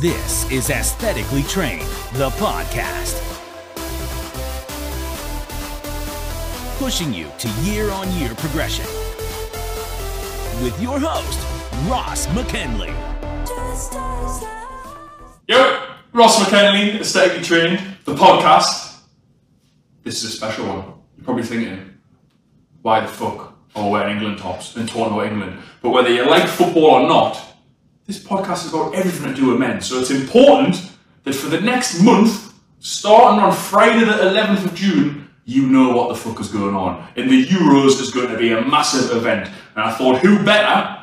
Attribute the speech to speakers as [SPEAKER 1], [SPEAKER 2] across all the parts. [SPEAKER 1] This is Aesthetically Trained, the podcast. Pushing you to year on year progression. With your host, Ross McKinley.
[SPEAKER 2] Yo, Ross McKenley, Aesthetically Trained, the podcast. This is a special one. You're probably thinking, why the fuck are we wearing England tops in Toronto, England? But whether you like football or not, this podcast is about everything to do with men. So it's important that for the next month, starting on Friday the 11th of June, you know what the fuck is going on. And the Euros is going to be a massive event. And I thought, who better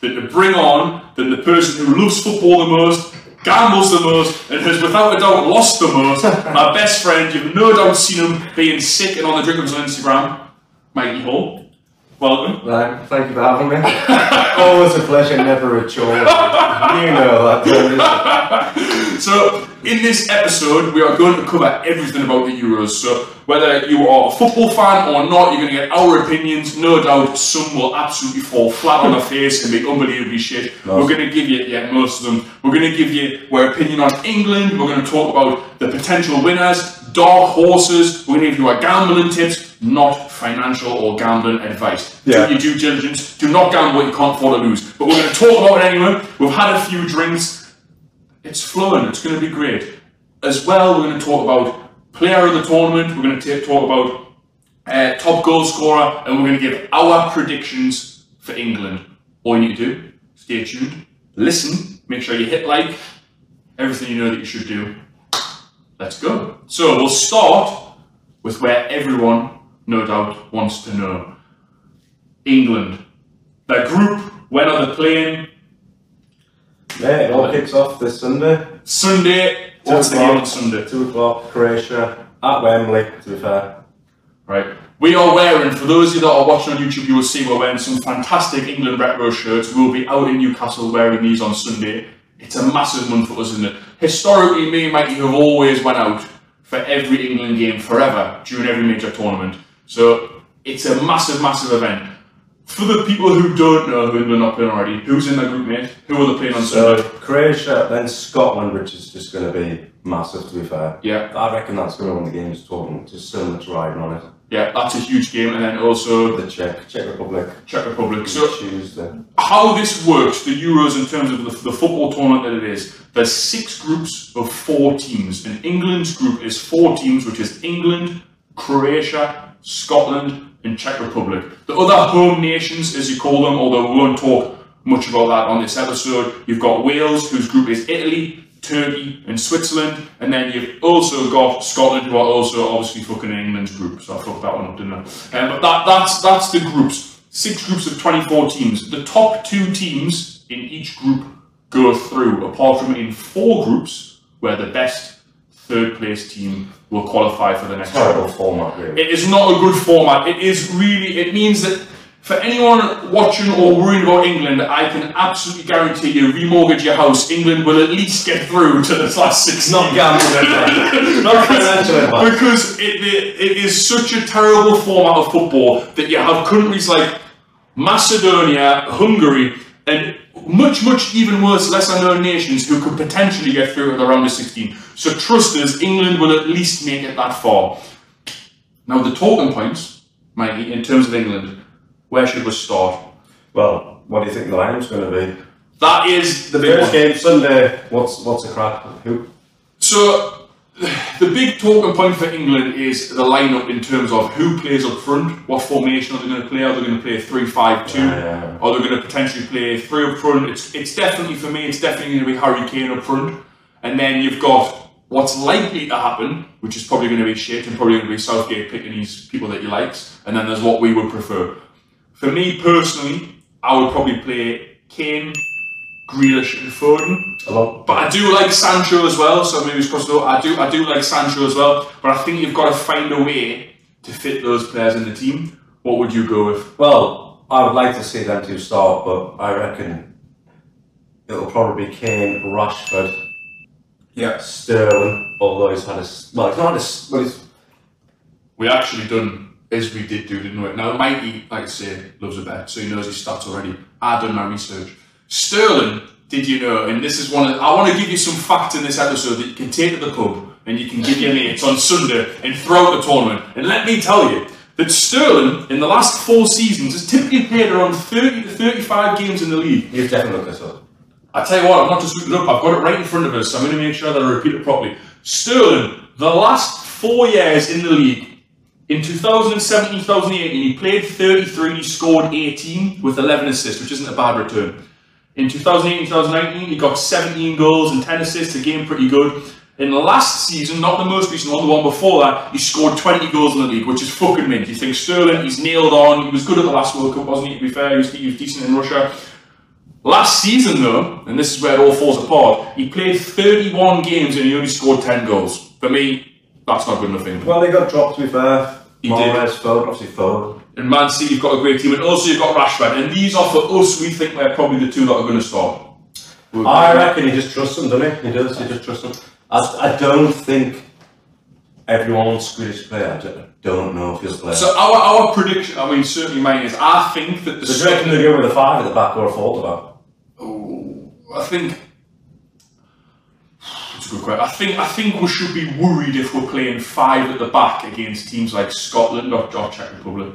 [SPEAKER 2] than to bring on than the person who loves football the most, gambles the most, and has without a doubt lost the most. My best friend, you've no doubt seen him being sick and on the drink of his on Instagram, Mikey Hall. Welcome.
[SPEAKER 3] Right, thank you for having me. Always a pleasure, never a chore. You know that, don't you?
[SPEAKER 2] So, in this episode, we are going to cover everything about the Euros. So, whether you are a football fan or not, you're going to get our opinions. No doubt, some will absolutely fall flat on their face and be unbelievably shit. We're going to give you, yeah, most of them. We're going to give you our opinion on England. We're going to talk about the potential winners, dark horses. We're going to give you our gambling tips, not financial or gambling advice.
[SPEAKER 3] Yeah.
[SPEAKER 2] Do your due diligence. Do not gamble what you can't afford to lose. But we're going to talk about it anyway. We've had a few drinks. It's flowing. It's going to be great. As well, we're going to talk about player of the tournament. We're going to ta- talk about uh, top goal scorer, and we're going to give our predictions for England. All you need to do, stay tuned, listen, make sure you hit like, everything you know that you should do. Let's go. So we'll start with where everyone, no doubt, wants to know. England. Their group, when are they playing?
[SPEAKER 3] Yeah, it all kicks off this Sunday.
[SPEAKER 2] Sunday.
[SPEAKER 3] Two
[SPEAKER 2] What's the game
[SPEAKER 3] o'clock-
[SPEAKER 2] on Sunday?
[SPEAKER 3] Two o'clock, Croatia, at Wembley, to be fair.
[SPEAKER 2] Right. We are wearing, for those of you that are watching on YouTube, you will see we're wearing some fantastic England retro shirts. We'll be out in Newcastle wearing these on Sunday. It's a massive month for us, isn't it? Historically, me and Mikey have always went out for every England game forever during every major tournament. So it's a massive, massive event. For the people who don't know who England are playing already, who's in their group, mate? Who are they playing on
[SPEAKER 3] So,
[SPEAKER 2] Sunday?
[SPEAKER 3] Croatia, then Scotland, which is just going to be massive, to be fair.
[SPEAKER 2] Yeah,
[SPEAKER 3] I reckon that's going to win the game's tournament. Just so much riding on it.
[SPEAKER 2] yeah, that's a huge game. And then also
[SPEAKER 3] The Czech, Czech Republic,
[SPEAKER 2] Czech Republic. So
[SPEAKER 3] Tuesday.
[SPEAKER 2] how this works, the Euros in terms of the, the football tournament that it is, there's six groups of four teams, and England's group is four teams, which is England, Croatia, Scotland, and Czech Republic. The other home nations, as you call them, although we won't talk much about that on this episode, you've got Wales, whose group is Italy, Turkey, and Switzerland, and then you've also got Scotland, who are also obviously fucking England's group. So I fucked that one up, didn't I? Um, but that, that's that's the groups. Six groups of 24 teams. The top two teams in each group go through, apart from in four groups where the best third place team will qualify for the next round.
[SPEAKER 3] Terrible format, really.
[SPEAKER 2] It is not a good format. It is really, it means that for anyone watching or worrying about England, I can absolutely guarantee you, remortgage your house, England will at least get through to the last 16.
[SPEAKER 3] Not gambling, not financial advice.
[SPEAKER 2] because it, it, it is such a terrible format of football that you have countries like Macedonia, Hungary, and much, much even worse, lesser known nations who could potentially get through to the round of 16. So trust us, England will at least make it that far. Now, the talking points, Mikey, in terms of England, where should we start?
[SPEAKER 3] Well, what do you think the lineup's going to be?
[SPEAKER 2] That is the big one.
[SPEAKER 3] First game Sunday. What's what's the crack? Who?
[SPEAKER 2] So, the big talking point for England is the lineup in terms of who plays up front, what formation are they going to play? Are they going to play three-five-two?
[SPEAKER 3] Yeah, yeah, yeah.
[SPEAKER 2] Are they going to potentially play three up front? It's, it's definitely, for me, it's definitely going to be Harry Kane up front. And then you've got what's likely to happen, which is probably going to be shit and probably going to be Southgate picking these people that he likes. And then there's what we would prefer. For me personally, I would probably play Kane, Grealish, and Foden.
[SPEAKER 3] Hello.
[SPEAKER 2] But I do like Sancho as well, so maybe it's possible. I do, I do like Sancho as well, but I think you've got to find a way to fit those players in the team. What would you go with?
[SPEAKER 3] Well, I would like to see them two start, but I reckon it'll probably be Kane, Rashford,
[SPEAKER 2] Yes,
[SPEAKER 3] Sterling. Although he's had a s- well, he's not had a s- well, he's
[SPEAKER 2] we actually done as we did do, didn't we? Now Mikey, like I say, loves a bet, so he knows his stats already. I done my research. Sterling did you know? And this is one. Of, I want to give you some facts in this episode that you can take to the pub and you can give your mates on Sunday and throughout the tournament. And let me tell you that Sterling in the last four seasons has typically played around 30 to 35 games in the league.
[SPEAKER 3] You've definitely looked this up.
[SPEAKER 2] I tell you what, I'm not just looking it up. I've got it right in front of us. So I'm going to make sure that I repeat it properly. Sterling, the last four years in the league, in 2017, 2018, he played 33, he scored 18 with 11 assists, which isn't a bad return. In 2018, 2019, he got 17 goals and 10 assists, again pretty good. In the last season, not the most recent one, the one before that, he scored 20 goals in the league, which is fucking mint. You think Sterling, he's nailed on, he was good at the last World Cup, wasn't he, to be fair, he was, he was decent in Russia. Last season, though, and this is where it all falls apart, he played 31 games and he only scored 10 goals. For me, that's not good enough for him.
[SPEAKER 3] Well, they got dropped, to be fair.
[SPEAKER 2] He
[SPEAKER 3] Mahrez, Foden, obviously Foden.
[SPEAKER 2] And Man City, you've got a great team, and also you've got Rashford. And these are for us, we think they're probably the two that are going to start. We're-
[SPEAKER 3] I reckon he just trusts them, doesn't he? He does, he just trusts them. I, I don't think everyone's Swedish player, I don't- don't know if he's player.
[SPEAKER 2] So our, our prediction, I mean, certainly mine is, I think that the
[SPEAKER 3] Do you reckon
[SPEAKER 2] second,
[SPEAKER 3] they go with a five at the back or a four at the back?
[SPEAKER 2] I think it's a good question. I think I think we should be worried if we're playing five at the back against teams like Scotland or, or Czech Republic.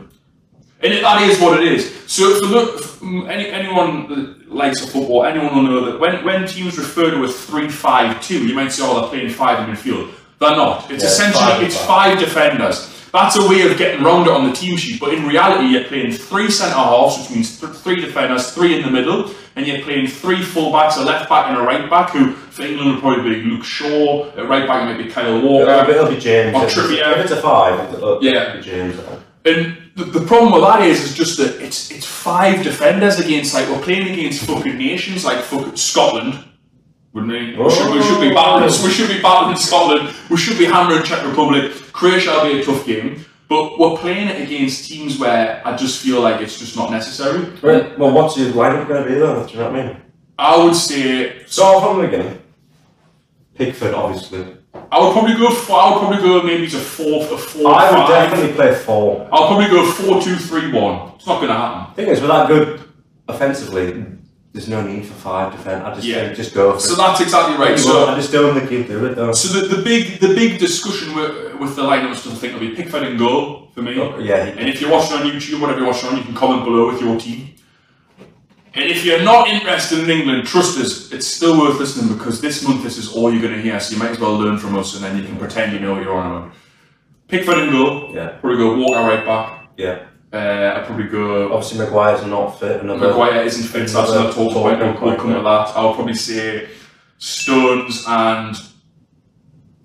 [SPEAKER 2] And it, that is what it is. So if you look, if, mm, any, anyone that likes a football, anyone will know that when, when teams refer to a 3-5-2, you might say, oh, they're playing five in midfield. They're not. It's
[SPEAKER 3] Yeah,
[SPEAKER 2] essentially,
[SPEAKER 3] five at
[SPEAKER 2] it's
[SPEAKER 3] the back.
[SPEAKER 2] five defenders. That's a way of getting round it on the team sheet, but in reality, you're playing three centre halves, which means th- three defenders, three in the middle, and you're playing three full backs, a left back and a right back, who for England would probably be Luke Shaw, at right back might be Kyle Walker.
[SPEAKER 3] It'll, be- it'll be James.
[SPEAKER 2] Or
[SPEAKER 3] If it's-
[SPEAKER 2] Trippier.
[SPEAKER 3] If it's a five, it'll,
[SPEAKER 2] Yeah.
[SPEAKER 3] it'll be James. I think.
[SPEAKER 2] And the, the problem with that is, is just that it's it's five defenders against like we're playing against fucking nations like fucking Scotland, wouldn't we? We should, we should
[SPEAKER 3] Oh.
[SPEAKER 2] be balanced. We should be battling Scotland. We should be hammering Czech Republic. Croatia will be a tough game, but we're playing it against teams where I just feel like it's just not necessary.
[SPEAKER 3] Well, well, what's your lineup going to be though? Do you know what I mean?
[SPEAKER 2] I would say
[SPEAKER 3] So from the beginning, Pickford obviously.
[SPEAKER 2] I would probably go. Four, I would probably go maybe to four a four.
[SPEAKER 3] I would
[SPEAKER 2] five.
[SPEAKER 3] definitely play four.
[SPEAKER 2] I'll probably go four two three one. It's not going to happen.
[SPEAKER 3] Thing is, we're that good offensively. There's no need for five defend. I just
[SPEAKER 2] Yeah.
[SPEAKER 3] think just go for
[SPEAKER 2] So
[SPEAKER 3] it.
[SPEAKER 2] that's exactly right. So.
[SPEAKER 3] I just don't think he'd do it though.
[SPEAKER 2] So the, the big the big discussion with, with the lineup still think will be Pickford and goal for me.
[SPEAKER 3] Oh, yeah.
[SPEAKER 2] And if you're watching on YouTube, whatever you're watching on, you can comment below with your team. And if you're not interested in England, trust us, it's still worth listening because this month this is all you're going to hear. So you might as well learn from us, and then you can pretend you know what you're on about. Pickford and goal.
[SPEAKER 3] Yeah.
[SPEAKER 2] Probably go Walker right back.
[SPEAKER 3] Yeah.
[SPEAKER 2] Uh, I probably go
[SPEAKER 3] Obviously, Maguire's not fit. Another.
[SPEAKER 2] Maguire isn't fit, so that's another talk point. We'll, we'll come to that. I'll probably say Stones and.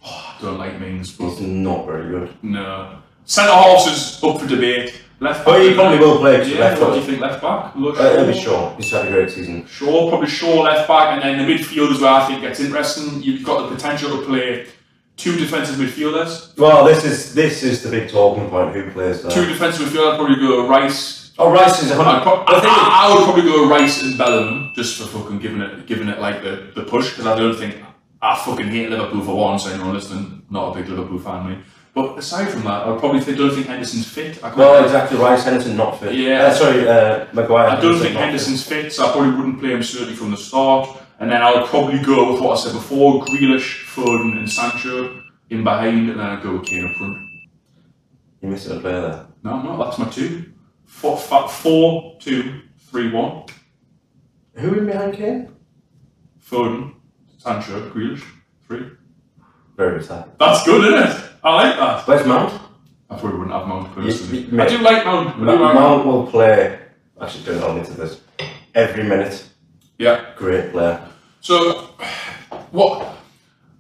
[SPEAKER 2] Oh, I don't like Mings, but
[SPEAKER 3] He's not very good.
[SPEAKER 2] no. Centre halves is up for debate. Left back.
[SPEAKER 3] But Oh, he probably will play 'cause
[SPEAKER 2] Yeah,
[SPEAKER 3] left
[SPEAKER 2] what do
[SPEAKER 3] back.
[SPEAKER 2] you think? Left back? Look,
[SPEAKER 3] Uh, it'll be Shaw. He's had a great season.
[SPEAKER 2] Shaw, probably Shaw left back, and then the midfield is where I think gets interesting. You've got the potential to play two defensive midfielders.
[SPEAKER 3] Well, this is this is the big talking point. Who plays there?
[SPEAKER 2] Two defensive midfielders, I'd probably go Rice.
[SPEAKER 3] Oh, Rice is a
[SPEAKER 2] I'd
[SPEAKER 3] hundred.
[SPEAKER 2] pro-
[SPEAKER 3] I
[SPEAKER 2] I,
[SPEAKER 3] think
[SPEAKER 2] I- I would probably go Rice and Bellingham just for fucking giving it, giving it like the, the push because I don't think I fucking hate Liverpool for one. So anyone listening, not a big Liverpool fan, me. But aside from that, I probably think, don't think Henderson's fit. I can't-
[SPEAKER 3] Well, exactly. Rice Henderson not fit.
[SPEAKER 2] Yeah.
[SPEAKER 3] Uh, sorry, uh, Maguire.
[SPEAKER 2] I don't think
[SPEAKER 3] not fit.
[SPEAKER 2] Henderson's fit, so I probably wouldn't play him certainly from the start. And then I would probably go with what I said before: Grealish, Foden, and Sancho in behind, and then I'd go with Kane up front.
[SPEAKER 3] You missed a player there.
[SPEAKER 2] No, I'm not. That's my two. Four, fa- four, two, three, one.
[SPEAKER 3] Who in behind Kane?
[SPEAKER 2] Foden, Sancho, Grealish, three.
[SPEAKER 3] Very sad.
[SPEAKER 2] That's good, isn't it? I like that.
[SPEAKER 3] Where's Mount?
[SPEAKER 2] I probably wouldn't have Mount personally.
[SPEAKER 3] You- you-
[SPEAKER 2] I do like Mount. I do
[SPEAKER 3] Mount,
[SPEAKER 2] like Mount.
[SPEAKER 3] will play. Actually, don't hold me to this. Every minute,
[SPEAKER 2] Yeah.
[SPEAKER 3] great player.
[SPEAKER 2] So, what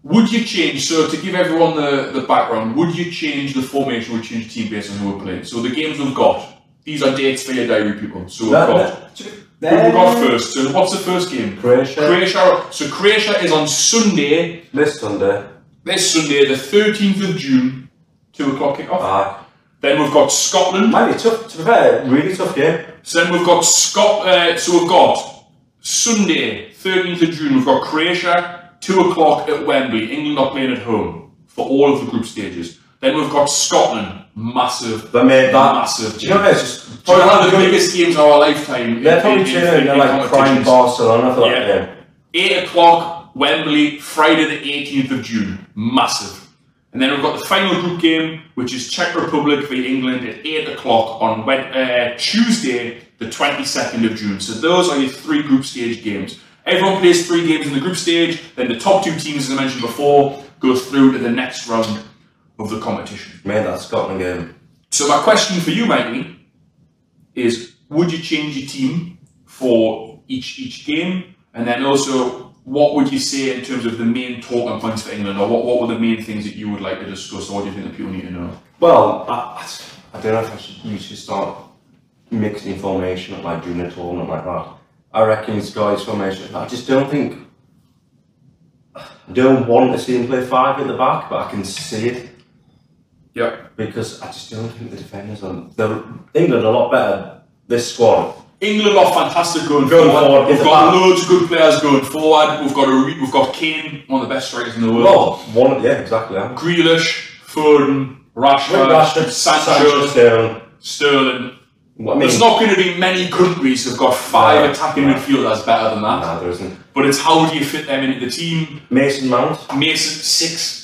[SPEAKER 2] would you change? So, to give everyone the, the background, would you change the formation? Would you change the team based on who we're playing? So, the games we've got, these are dates for your diary, people. So, we've
[SPEAKER 3] That-
[SPEAKER 2] got.
[SPEAKER 3] that-
[SPEAKER 2] Who we've got first? So, what's the first game?
[SPEAKER 3] Croatia.
[SPEAKER 2] Croatia. So, Croatia is on Sunday,
[SPEAKER 3] This Sunday.
[SPEAKER 2] this Sunday, the 13th of June, 2 o'clock kickoff.
[SPEAKER 3] Ah,
[SPEAKER 2] Then we've got Scotland.
[SPEAKER 3] might be tough. To be fair, really tough game.
[SPEAKER 2] So then we've got Scot. Uh, so we've got Sunday, 13th of June. We've got Croatia, two o'clock at Wembley. England are playing at home for all of the group stages. Then we've got Scotland, massive,
[SPEAKER 3] But mate, that
[SPEAKER 2] massive.
[SPEAKER 3] Do you know what? It's just
[SPEAKER 2] Probably one of the
[SPEAKER 3] Probably-
[SPEAKER 2] biggest games of our lifetime. in-
[SPEAKER 3] They're probably
[SPEAKER 2] in- in-
[SPEAKER 3] tuning in.
[SPEAKER 2] in
[SPEAKER 3] They're like prime
[SPEAKER 2] competitions.
[SPEAKER 3] Barcelona for that
[SPEAKER 2] Yeah.
[SPEAKER 3] game.
[SPEAKER 2] 8 o'clock, Wembley, Friday the 18th of June. Massive. And then we've got the final group game, which is Czech Republic v England at 8 o'clock on Wed- uh, Tuesday, the 22nd of June. So those are your three group stage games. Everyone plays three games in the group stage, then the top two teams, as I mentioned before, go through to the next round of the competition.
[SPEAKER 3] Mate, that Scotland game.
[SPEAKER 2] So my question for you, Mikey, is would you change your team for each each game? And then also, what would you say in terms of the main talking points for England, or what, what were the main things that you would like to discuss, or what do you think that people need to know?
[SPEAKER 3] Well, I, I don't know if I should, you should start mixing formation at like junior tournament like that. I reckon it's guys formation. I just don't think. I don't want to see him play five at the back, but I can see it
[SPEAKER 2] Yeah.
[SPEAKER 3] because I just don't think the defenders are. They're, England are a lot better this squad.
[SPEAKER 2] England are fantastic going,
[SPEAKER 3] Going
[SPEAKER 2] forward.
[SPEAKER 3] forward,
[SPEAKER 2] We've
[SPEAKER 3] it's
[SPEAKER 2] got
[SPEAKER 3] about-
[SPEAKER 2] loads of good players going forward. We've got a re- we've got Kane, one of the best strikers in the world.
[SPEAKER 3] Well, one, yeah, exactly. Yeah.
[SPEAKER 2] Grealish, Foden, Rashford, Uh, Sancho,
[SPEAKER 3] Stone.
[SPEAKER 2] Sterling.
[SPEAKER 3] What I mean,
[SPEAKER 2] There's not going to be many countries who've got five
[SPEAKER 3] No,
[SPEAKER 2] attacking
[SPEAKER 3] no.
[SPEAKER 2] midfielders better than that.
[SPEAKER 3] Nah, there isn't.
[SPEAKER 2] But it's how do you fit them into the team?
[SPEAKER 3] Mason Mount.
[SPEAKER 2] Mason six.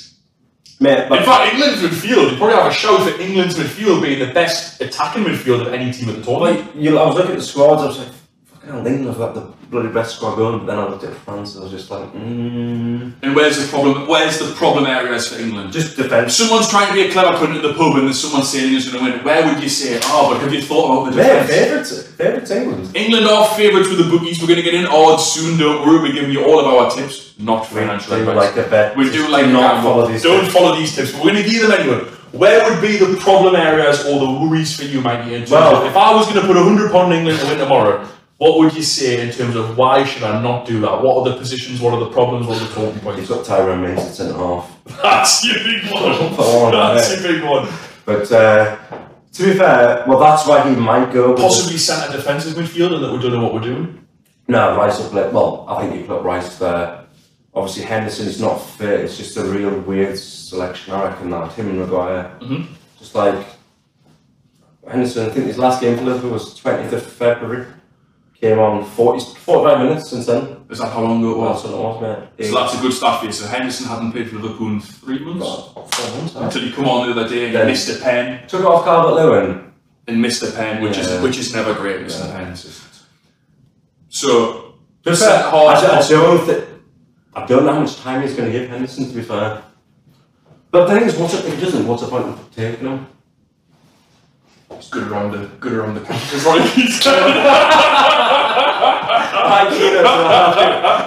[SPEAKER 3] Mate,
[SPEAKER 2] In
[SPEAKER 3] but
[SPEAKER 2] fact, England's midfield. You probably have a shout for England's midfield being the best attacking midfield of any team at the tournament.
[SPEAKER 3] Like, you, I was looking at the squads, I was like, fucking hell, England have got the bloody best squad going, but then I looked at France and I was just like, mm,
[SPEAKER 2] And where's the problem? Where's the problem areas for England?
[SPEAKER 3] just defence.
[SPEAKER 2] Someone's trying to be a clever cunt at the pub, and there's someone saying who's going to win. Where would you say? Oh, but have you thought about the
[SPEAKER 3] They're
[SPEAKER 2] defence?
[SPEAKER 3] favourites, favourites England.
[SPEAKER 2] England are favourites with the bookies. We're going to get in odds soon. Don't worry. We're giving you all of our tips, not financial
[SPEAKER 3] do
[SPEAKER 2] advice.
[SPEAKER 3] like a bet.
[SPEAKER 2] We do
[SPEAKER 3] Just
[SPEAKER 2] like
[SPEAKER 3] do
[SPEAKER 2] a
[SPEAKER 3] not
[SPEAKER 2] gamble.
[SPEAKER 3] follow these
[SPEAKER 2] Don't
[SPEAKER 3] tips.
[SPEAKER 2] follow these tips. But we're going to give them anyway. Where would be the problem areas or the worries for you, Mikey? in terms
[SPEAKER 3] Well-
[SPEAKER 2] of- if I was going to put a hundred pound in England to win tomorrow, what would you say in terms of why should I not do that? What are the positions? What are the problems? What are the talking
[SPEAKER 3] He's
[SPEAKER 2] points?
[SPEAKER 3] got Tyrone Mings at centre half.
[SPEAKER 2] That's your big
[SPEAKER 3] Come
[SPEAKER 2] one.
[SPEAKER 3] on,
[SPEAKER 2] That's
[SPEAKER 3] mate.
[SPEAKER 2] your big one.
[SPEAKER 3] But uh, to be fair, well, that's why he might go. with-
[SPEAKER 2] Possibly centre defensive midfielder that we don't know what we're doing.
[SPEAKER 3] No, Rice will play. Well, I think you put Rice there. Obviously, Henderson is not fit. It's just a real weird selection. I reckon that him and Maguire.
[SPEAKER 2] Mhm.
[SPEAKER 3] Just like Henderson, I think his last game for Liverpool was twentieth of February. Came on 40, 45 minutes since then.
[SPEAKER 2] Is that how long ago it
[SPEAKER 3] Well, so it was mate. He
[SPEAKER 2] So that's a good start for you. So Henderson hadn't played for Liverpool in three months
[SPEAKER 3] got four months, huh?
[SPEAKER 2] until he come on the other day and
[SPEAKER 3] Yeah.
[SPEAKER 2] missed a pen.
[SPEAKER 3] Took off Calvert Lewin.
[SPEAKER 2] and Mr. Penn, which
[SPEAKER 3] Yeah.
[SPEAKER 2] is which is never great, Mr.
[SPEAKER 3] Yeah.
[SPEAKER 2] Penn. So
[SPEAKER 3] Just
[SPEAKER 2] set
[SPEAKER 3] I,
[SPEAKER 2] hard-
[SPEAKER 3] I don't thi- I don't know how much time he's going to give Henderson. To be fair, but the thing is, what's it, if he doesn't, what's the point of taking him?
[SPEAKER 2] it's good around the good around the because Roy Keane's
[SPEAKER 3] Like, you know,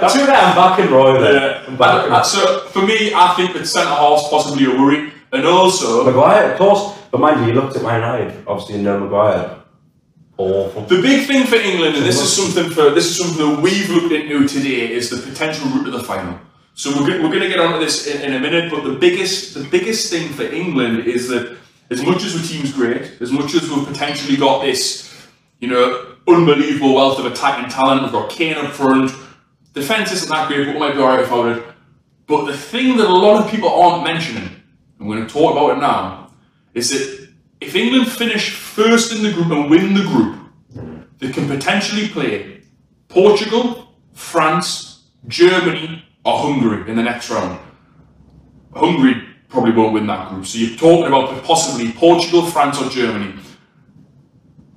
[SPEAKER 3] so- Tune out, I'm back in Roy then.
[SPEAKER 2] there.
[SPEAKER 3] I'm back in-
[SPEAKER 2] And- and Uh, so for me, I think that centre half's possibly a worry, and also
[SPEAKER 3] Maguire, of course. But mind you, you looked at Man United, obviously no Maguire. Awful.
[SPEAKER 2] the big thing for England, and this is something for this is something that we've looked into today, is the potential route to the final. So we're go- we're going to get onto this in, in a minute, but the biggest the biggest thing for England is that as much as the team's great, as much as we've potentially got this, you know, unbelievable wealth of attacking talent, we've got Kane up front. Defense isn't that great, but oh we might be alright without it. But the thing that a lot of people aren't mentioning, and we're going to talk about it now, is that if England finish first in the group and win the group, they can potentially play Portugal, France, Germany, or Hungary in the next round. Hungary probably won't win that group, so you're talking about possibly Portugal, France, or Germany.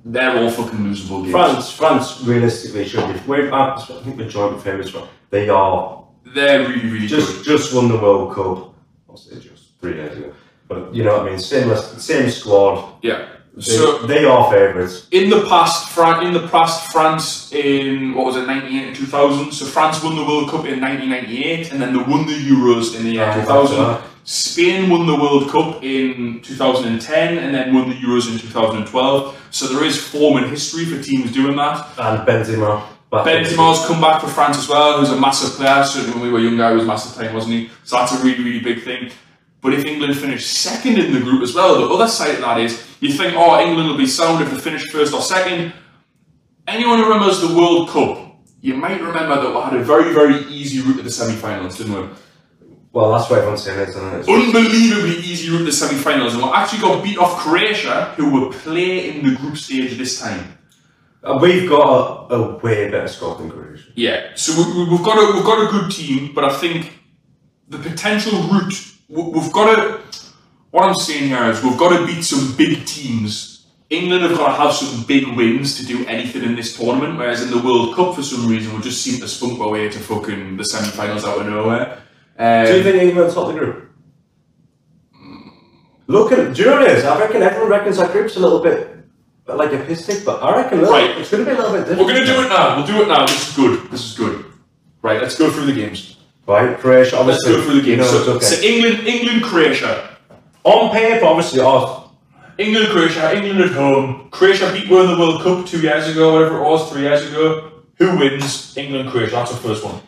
[SPEAKER 2] They're all fucking losable games.
[SPEAKER 3] France, France realistically should be. We're, I think we're joint favourites. but They are
[SPEAKER 2] They're really, really
[SPEAKER 3] just just won the World Cup. I'll say just three days ago. But you know what I mean. Same same squad.
[SPEAKER 2] good. Yeah.
[SPEAKER 3] They,
[SPEAKER 2] So
[SPEAKER 3] they are favourites.
[SPEAKER 2] in the past, Fran- in the past, France in what was it, 98 and 2000. So France won the World Cup in 1998, and then they won the Euros in the year
[SPEAKER 3] Ah,
[SPEAKER 2] 2000.
[SPEAKER 3] right.
[SPEAKER 2] Spain won the World Cup in 2010, and then won the Euros in 2012. So there is form and history for teams doing that.
[SPEAKER 3] And Benzema. back in.
[SPEAKER 2] Benzema's come back for France as well, who's a massive player. Certainly when we were younger, he was a massive player, wasn't he? So that's a really, really big thing. But if England finish second in the group as well, the other side of that is you think, oh, England will be sound if they finish first or second. Anyone who remembers the World Cup, you might remember that we had a very, very easy route to the semi-finals, didn't we?
[SPEAKER 3] Well, that's what everyone's saying, isn't it? It's-
[SPEAKER 2] unbelievably easy route to the semi-finals, and we actually got beat off Croatia, who will play in the group stage this time.
[SPEAKER 3] Uh, We've got a, a way better squad than Greece.
[SPEAKER 2] Yeah, so we, we- we've got a we've got a good team, but I think the potential route we- we've got to. What I'm saying here is we've got to beat some big teams. England have got to have some big wins to do anything in this tournament, whereas in the World Cup, for some reason, we just seem to spunk our way to fucking the semi-finals out of nowhere. Um,
[SPEAKER 3] Do you think England top the group? Mm. Look at do you know what it is? I reckon everyone reckons our group's a little bit like a piss take, but I reckon a little-
[SPEAKER 2] Right.
[SPEAKER 3] it's going to be a little bit different.
[SPEAKER 2] We're gonna do it now. We'll do it now. This is good. This is good. Right, let's go through the games.
[SPEAKER 3] Right, Croatia,
[SPEAKER 2] Let's
[SPEAKER 3] obviously.
[SPEAKER 2] go through the
[SPEAKER 3] you
[SPEAKER 2] games. so,
[SPEAKER 3] know it's okay.
[SPEAKER 2] so England, England, Croatia.
[SPEAKER 3] On paper, obviously, ours.
[SPEAKER 2] England, Croatia, England at home. Croatia beat one in the World Cup two years ago, whatever it was, three years ago. Who wins? England, Croatia. That's the first one.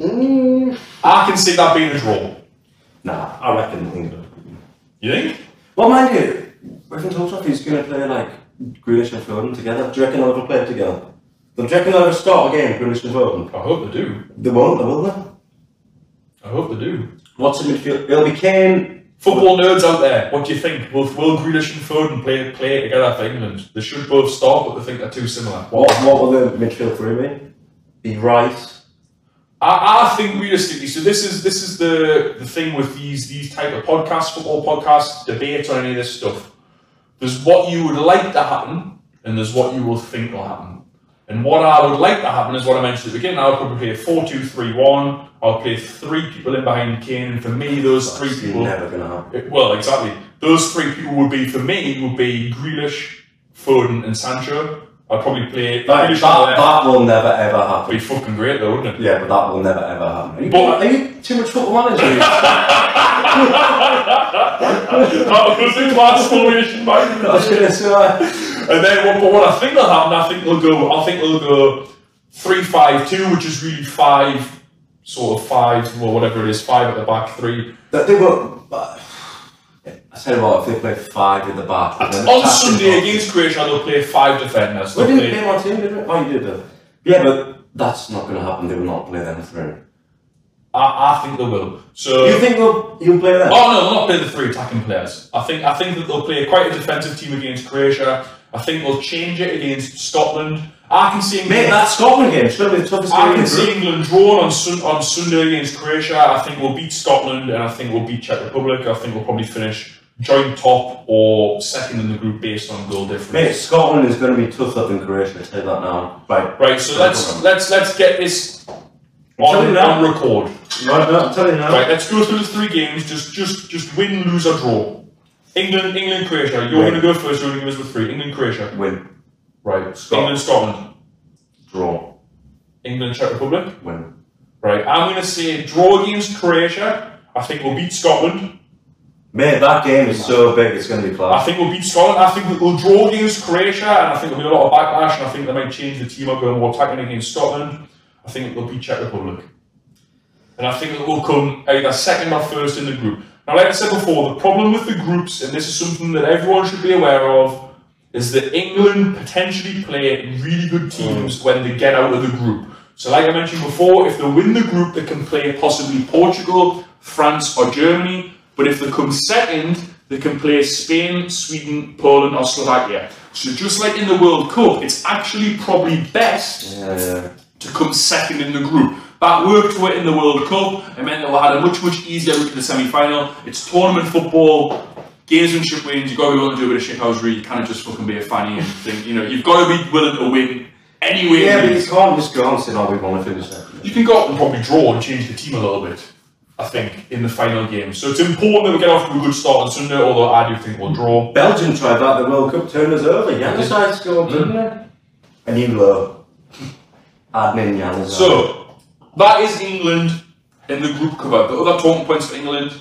[SPEAKER 2] I can see that being a draw.
[SPEAKER 3] Nah, I reckon England.
[SPEAKER 2] You think?
[SPEAKER 3] Well, mind you, Griffin Tolstoff is going to play like Grealish and Foden together. Do you reckon they'll ever play together? Do you reckon they'll ever start a game, Grealish and Foden?
[SPEAKER 2] I hope they do.
[SPEAKER 3] They won't, they will they?
[SPEAKER 2] I hope they do.
[SPEAKER 3] What's in midfield? It'll be Kane.
[SPEAKER 2] Football nerds out there, what do you think? Will, will Grealish and Foden play, play together for England? They should both start, but they think they're too similar.
[SPEAKER 3] What, what will the midfield three be? Be Rice.
[SPEAKER 2] I, I think realistically, so this is this is the the thing with these these type of podcasts, football podcasts, debates or any of this stuff. There's what you would like to happen, and there's what you will think will happen. And what I would like to happen is what I mentioned at the beginning. I would probably play a 4-2-3-1. I would play three people in behind Kane, and for me, those three
[SPEAKER 3] It's
[SPEAKER 2] people.
[SPEAKER 3] never going to happen.
[SPEAKER 2] It- well, exactly. Those three people would be for me would be Grealish, Foden, and Sancho. I'd probably play Grealish. on
[SPEAKER 3] That,
[SPEAKER 2] the
[SPEAKER 3] that,
[SPEAKER 2] left.
[SPEAKER 3] that will never ever happen.
[SPEAKER 2] Be fucking great though, wouldn't it?
[SPEAKER 3] Yeah, but that will never ever happen. Are you,
[SPEAKER 2] But-
[SPEAKER 3] are you too much football manager?
[SPEAKER 2] that was the class formation back
[SPEAKER 3] I was going to say, uh,
[SPEAKER 2] And then what, but what I think will happen, I think they'll go I think they'll go three five two, which is really five sort of five or whatever it is, five at the back, three.
[SPEAKER 3] that they were. But, I said, what if they play five in the back? and then
[SPEAKER 2] On
[SPEAKER 3] attacking
[SPEAKER 2] Sunday
[SPEAKER 3] half-
[SPEAKER 2] against Croatia they'll play five defenders.
[SPEAKER 3] We
[SPEAKER 2] They'll
[SPEAKER 3] didn't
[SPEAKER 2] play,
[SPEAKER 3] play my team, did we? Oh, you did. uh, Yeah, but that's not going to happen. They will not play them through.
[SPEAKER 2] I, I think they will. So
[SPEAKER 3] You think they'll, you'll play them?
[SPEAKER 2] Oh no, they'll not play the three attacking players. I think I think that they'll play quite a defensive team against Croatia. I think they'll change it against Scotland. I can see
[SPEAKER 3] Mate, that Scotland game is going to be the toughest game
[SPEAKER 2] I
[SPEAKER 3] in
[SPEAKER 2] can
[SPEAKER 3] the
[SPEAKER 2] see
[SPEAKER 3] group.
[SPEAKER 2] England drawn on sun- on Sunday against Croatia. I think we'll beat Scotland and I think we'll beat Czech Republic. I think we'll probably finish joint top or second in the group based on goal difference.
[SPEAKER 3] Mate, Scotland is going to be tougher than Croatia. Say that now. Right.
[SPEAKER 2] Right, so let's let's let's get this
[SPEAKER 3] telling
[SPEAKER 2] on,
[SPEAKER 3] you now.
[SPEAKER 2] on record.
[SPEAKER 3] Right, no, I'm telling you now.
[SPEAKER 2] Right, let's go through the three games. Just just just win, lose or draw. England, England, Croatia. You're
[SPEAKER 3] Win.
[SPEAKER 2] going to go first. You're going to give us with three. England, Croatia.
[SPEAKER 3] Win,
[SPEAKER 2] Right.
[SPEAKER 3] Scotland.
[SPEAKER 2] England, Scotland.
[SPEAKER 3] draw,
[SPEAKER 2] England, Czech Republic.
[SPEAKER 3] win.
[SPEAKER 2] Right. I'm going to say draw against Croatia. I think we'll beat Scotland.
[SPEAKER 3] Mate, that game is so big, it's going to be
[SPEAKER 2] I
[SPEAKER 3] class.
[SPEAKER 2] think we'll beat Scotland. I think we'll draw against Croatia, and I think there'll be a lot of backlash. And I think they might change the team up going more attacking against Scotland. I think they'll beat Czech Republic, and I think it will come either second or first in the group. Now, like I said before, the problem with the groups, and this is something that everyone should be aware of, is that England potentially play really good teams when they get out of the group. So, like I mentioned before, if they win the group, they can play possibly Portugal, France, or Germany. But if they come second, they can play Spain, Sweden, Poland, or Slovakia. So, just like in the World Cup, it's actually probably best
[SPEAKER 3] Yeah, yeah.
[SPEAKER 2] to come second in the group. That worked for it in the World Cup. It meant that we had a much, much easier route to the semi-final. It's tournament football. Gamesmanship wins. You've got to be willing to do a bit of shithousery. You can't just fucking be a fanny and think, you know, you've got to be willing to win anyway.
[SPEAKER 3] Yeah, but you can't just go on and say, oh, we want to finish second.
[SPEAKER 2] You can go out and probably draw and change the team a little bit, I think, in the final game. So it's important that we get off to a good start on Sunday, although I do think we'll draw.
[SPEAKER 3] Belgium tried that at the World Cup, turned us over. Yannisai scored,
[SPEAKER 2] Mm.
[SPEAKER 3] didn't they? And you low. Admin Yannisai.
[SPEAKER 2] So that is England in the group cover. The other talking points for England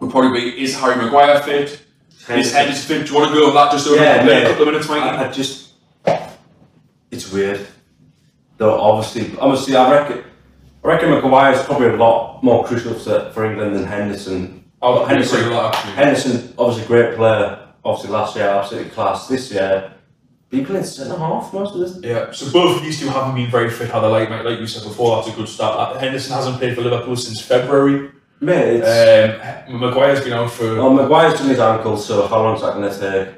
[SPEAKER 2] would probably be is Harry Maguire fit? His head is fit. Do you want to go with that just over
[SPEAKER 3] Yeah,
[SPEAKER 2] play
[SPEAKER 3] yeah.
[SPEAKER 2] a couple of minutes, mate?
[SPEAKER 3] I, I just, it's weird. Though obviously, obviously, I reckon, I reckon Maguire is probably a lot more crucial for, for England than Henderson.
[SPEAKER 2] I would agree with
[SPEAKER 3] Henderson,
[SPEAKER 2] that, actually.
[SPEAKER 3] Henderson, obviously, great player. Obviously, last year, absolutely class. This year, he played centre half most of this.
[SPEAKER 2] yeah. So both of these two haven't been very fit. How they like, mate? Like you said before, that's a good start. Uh, Henderson hasn't played for Liverpool since February.
[SPEAKER 3] Mate, it's,
[SPEAKER 2] Um, Maguire's been out for
[SPEAKER 3] well, Maguire's done his ankle, so how long's that going to take?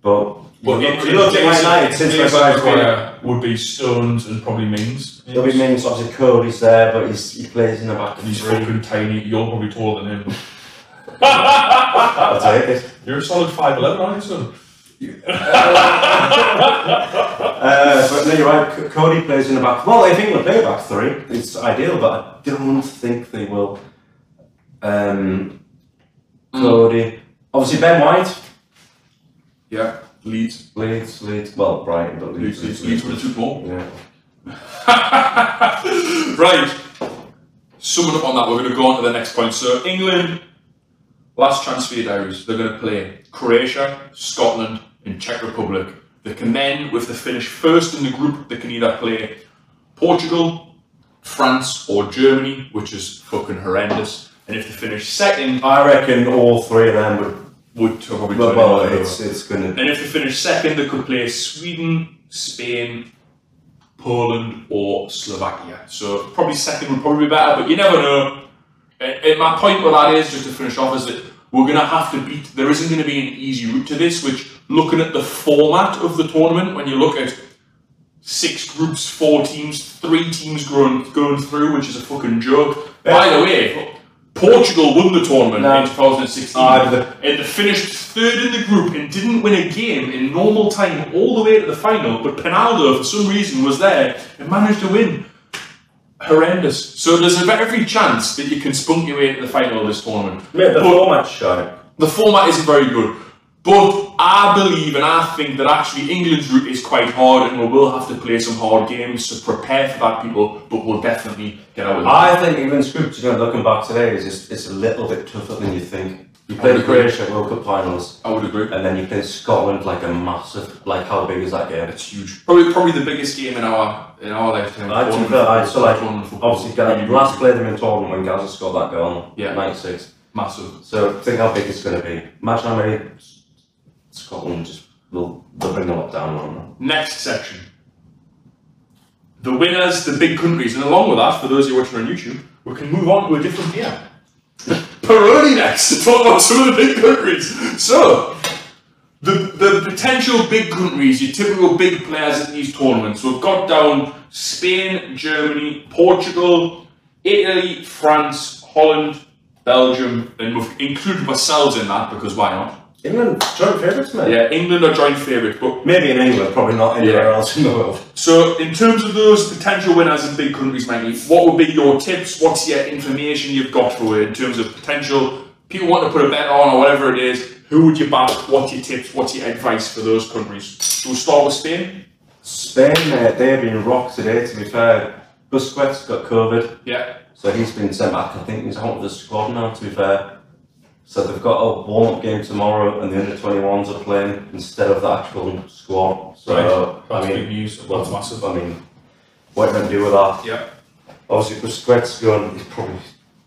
[SPEAKER 3] But
[SPEAKER 2] But
[SPEAKER 3] You
[SPEAKER 2] it-
[SPEAKER 3] look-
[SPEAKER 2] it-
[SPEAKER 3] you look at
[SPEAKER 2] it's-
[SPEAKER 3] United since
[SPEAKER 2] it's-
[SPEAKER 3] we're both
[SPEAKER 2] yeah, would be Stones and probably Mings.
[SPEAKER 3] There'll be Mings, obviously Cody's there, but he's, he plays in the back of
[SPEAKER 2] And he's
[SPEAKER 3] three.
[SPEAKER 2] fucking tiny. You're probably taller than him.
[SPEAKER 3] I'll take it.
[SPEAKER 2] You're a solid five eleven, aren't you, son?
[SPEAKER 3] Uh, but no, you're right. C- Cody plays in the back. Well, I think we'll play a back three. It's ideal, but I don't think they will. Um, Cody, obviously Ben White
[SPEAKER 2] Yeah, Leeds.
[SPEAKER 3] leads, leads. Well, Brighton, but leads,
[SPEAKER 2] Leeds, Leeds, Leeds with a two more.
[SPEAKER 3] Yeah.
[SPEAKER 2] Right. Summing up on that, we're going to go on to the next point. So, England, last transfer diaries, they're going to play Croatia, Scotland, and Czech Republic. They can then, if they finish first in the group, they can either play Portugal, France, or Germany, which is fucking horrendous. And if they finish second,
[SPEAKER 3] I reckon all three of them would.
[SPEAKER 2] would probably
[SPEAKER 3] Well,
[SPEAKER 2] turn
[SPEAKER 3] well
[SPEAKER 2] it over.
[SPEAKER 3] it's it's gonna.
[SPEAKER 2] And if they finish second, they could play Sweden, Spain, Poland, or Slovakia. So probably second would probably be better, but you never know. And and my point with that is, just to finish off, is that we're going to have to beat. There isn't going to be an easy route to this. Which, looking at the format of the tournament, when you look at six groups, four teams, three teams going going through, which is a fucking joke. By the way. Portugal won the tournament
[SPEAKER 3] No.
[SPEAKER 2] in 2016
[SPEAKER 3] Ah, the-
[SPEAKER 2] Uh, and they finished third in the group and didn't win a game in normal time all the way to the final. But Pinaldo, for some reason, was there and managed to win. Horrendous. So there's about every chance that you can spunk your way to the final of this tournament.
[SPEAKER 3] Mate, the
[SPEAKER 2] But-
[SPEAKER 3] format's shite.
[SPEAKER 2] the format isn't very good. But I believe and I think that actually England's route is quite hard and we will have to play some hard games to prepare for that, people. But we'll definitely get out of it.
[SPEAKER 3] I think even script, you know, looking back today, is just, it's a little bit tougher than you think. You
[SPEAKER 2] would
[SPEAKER 3] played
[SPEAKER 2] agree.
[SPEAKER 3] Croatia World Cup finals,
[SPEAKER 2] I would agree.
[SPEAKER 3] and then you played Scotland like a massive. Like how big is that game?
[SPEAKER 2] It's huge. Probably, probably the biggest game in our in our lifetime.
[SPEAKER 3] I
[SPEAKER 2] Tournament
[SPEAKER 3] think that I so
[SPEAKER 2] football,
[SPEAKER 3] like
[SPEAKER 2] tournament football.
[SPEAKER 3] obviously Gaza, last played them in tournament when Gaza scored that goal.
[SPEAKER 2] Yeah.
[SPEAKER 3] ninety six.
[SPEAKER 2] massive.
[SPEAKER 3] So think how big it's going to be. Imagine how many Scotland just will they'll bring a lot down on them.
[SPEAKER 2] Next section. The winners, the big countries, and along with that, for those of you watching on YouTube, we can move on to a different beer. Peroni next to talk about some of the big countries. So, the the potential big countries, your typical big players at these tournaments. We've got down Spain, Germany, Portugal, Italy, France, Holland, Belgium, and we've included ourselves in that because why not?
[SPEAKER 3] England joint favourites, mate.
[SPEAKER 2] Yeah, England are joint favourite, but
[SPEAKER 3] Maybe in England, probably not anywhere else in the world.
[SPEAKER 2] so, in terms of those potential winners in big countries, Mikey, what would be your tips? What's your information you've got for it in terms of potential people want to put a bet on or whatever it is? Who would you back? What's your tips? What's your advice for those countries? So, we'll start with Spain.
[SPEAKER 3] Spain, mate, they've been rocked today. To be fair, Busquets got COVID.
[SPEAKER 2] Yeah.
[SPEAKER 3] So he's been sent back. I think he's out of the squad now. To be fair, so they've got a warm-up game tomorrow, and the under twenty ones are playing instead of the actual squad. So
[SPEAKER 2] That's
[SPEAKER 3] I mean,
[SPEAKER 2] big news.
[SPEAKER 3] well,
[SPEAKER 2] That's massive.
[SPEAKER 3] I mean, what are you gonna do with that?
[SPEAKER 2] Yeah.
[SPEAKER 3] Obviously, Busquets going. He's probably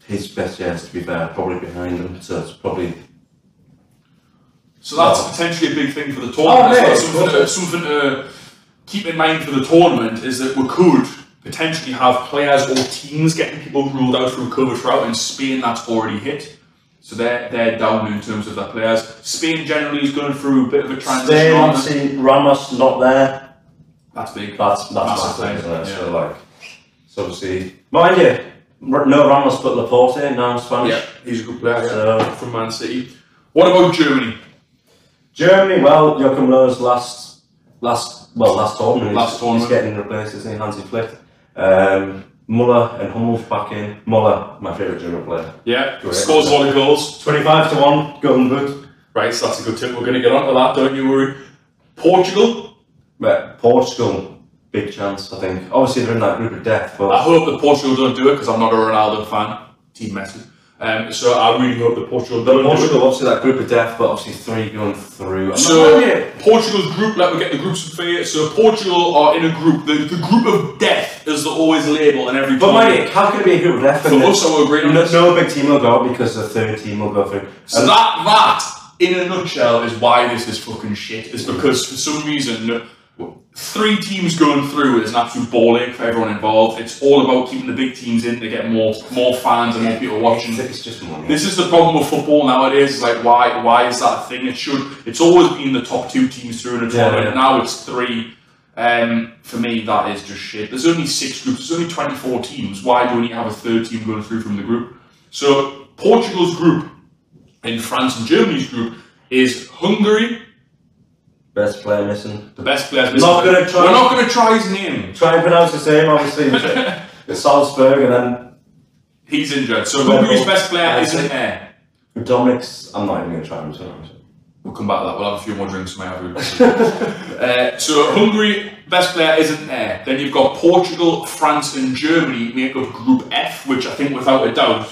[SPEAKER 3] his best chance. To be fair, probably behind him. So it's probably
[SPEAKER 2] So, that's
[SPEAKER 3] Oh.
[SPEAKER 2] potentially a big thing for the tournament.
[SPEAKER 3] Oh,
[SPEAKER 2] as well.
[SPEAKER 3] mate,
[SPEAKER 2] something, to, something to keep in mind for the tournament is that we could potentially have players or teams getting people ruled out through COVID throughout. In Spain, that's already hit. So they're, they're down in terms of their players. Spain generally is going through a bit of a transition.
[SPEAKER 3] Spain.
[SPEAKER 2] aren't they?
[SPEAKER 3] See Ramos not there.
[SPEAKER 2] That's big.
[SPEAKER 3] That's that's
[SPEAKER 2] Massive
[SPEAKER 3] massive, isn't
[SPEAKER 2] thing,
[SPEAKER 3] it?
[SPEAKER 2] yeah.
[SPEAKER 3] So like, so obviously, mind you, R- no Ramos but Laporte now Spanish.
[SPEAKER 2] Oh, Yeah, he's a good player
[SPEAKER 3] So-
[SPEAKER 2] from Man City. What about Germany?
[SPEAKER 3] Germany, well, Joachim Löw's last last well last tournament.
[SPEAKER 2] Last
[SPEAKER 3] he's,
[SPEAKER 2] tournament.
[SPEAKER 3] he's getting replaced, isn't he? Hansi Flick. Um, Muller and Hummels back in. Muller, my favourite German player.
[SPEAKER 2] Yeah,
[SPEAKER 3] Great.
[SPEAKER 2] scores a lot of goals.
[SPEAKER 3] Twenty-five to one, golden boot.
[SPEAKER 2] Right, so that's a good tip. We're going to get onto that, don't you worry. Portugal,
[SPEAKER 3] But Portugal, big chance, I think. Obviously, they're in that group of death, but
[SPEAKER 2] I hope that Portugal don't do it because I'm not a Ronaldo fan. Team Messi. Um, so I really hope that Portugal
[SPEAKER 3] but
[SPEAKER 2] don't do
[SPEAKER 3] Portugal, obviously that group of death, but obviously three going through.
[SPEAKER 2] it.
[SPEAKER 3] I'm not
[SPEAKER 2] So
[SPEAKER 3] worried.
[SPEAKER 2] Portugal's group, let me get the groups for you. So Portugal are in a group. The, the group of death is the always label in every
[SPEAKER 3] But mind you,
[SPEAKER 2] tournament.
[SPEAKER 3] how can it be a group left
[SPEAKER 2] For us, I will agree on
[SPEAKER 3] no,
[SPEAKER 2] this.
[SPEAKER 3] no big team will go because the third team will go through.
[SPEAKER 2] So that that in a nutshell is why this is fucking shit. Is because for some reason three teams going through is an absolute ball ache for everyone involved. It's all about keeping the big teams in to get more more fans and more people watching.
[SPEAKER 3] It's just money.
[SPEAKER 2] This is the problem with football nowadays. Is like why why is that a thing? It should. It's always been the top two teams through in a
[SPEAKER 3] Yeah.
[SPEAKER 2] tournament. and Now it's three. Um, for me, that is just shit. There's only six groups. There's only 24 teams. Why do we need to have a third team going through from the group? So Portugal's group in France and Germany's group is Hungary.
[SPEAKER 3] Best player missing.
[SPEAKER 2] The best players.
[SPEAKER 3] Not gonna try-
[SPEAKER 2] We're not going to try his name.
[SPEAKER 3] Try and pronounce his name, obviously. It's Salzburg and then
[SPEAKER 2] He's injured. So Hungary's best player isn't there.
[SPEAKER 3] Dominic's. I'm not even going to try and pronounce it.
[SPEAKER 2] We'll come back to that. We'll have a few more drinks. Mate. Have a- uh, so Hungary best player isn't there. Then you've got Portugal, France, and Germany make up Group F, which I think without a doubt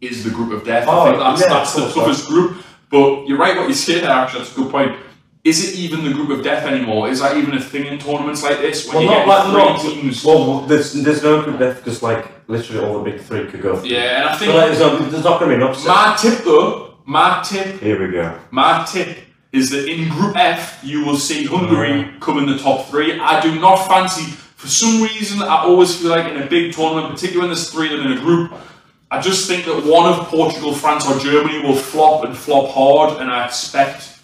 [SPEAKER 2] is the group of death. I
[SPEAKER 3] Oh,
[SPEAKER 2] think that's,
[SPEAKER 3] yeah,
[SPEAKER 2] that's
[SPEAKER 3] of
[SPEAKER 2] the
[SPEAKER 3] course.
[SPEAKER 2] toughest group. But you're right what you say there. Actually, that's a good point. Is it even the group of death anymore? Is that even a thing in tournaments like this when
[SPEAKER 3] Well,
[SPEAKER 2] you
[SPEAKER 3] not
[SPEAKER 2] get
[SPEAKER 3] like not.
[SPEAKER 2] three teams?
[SPEAKER 3] Well, there's there's no good death because like literally all the big three could go. through.
[SPEAKER 2] yeah, and I think
[SPEAKER 3] So, like, there's, no, there's not going to be an upset.
[SPEAKER 2] my tip though, my tip
[SPEAKER 3] Here we go.
[SPEAKER 2] My tip is that in Group F, you will see Hungary come in the top three. I do not fancy, for some reason, I always feel like in a big tournament, particularly when there's three of them in a group, I just think that one of Portugal, France, or Germany will flop and flop hard, and I expect.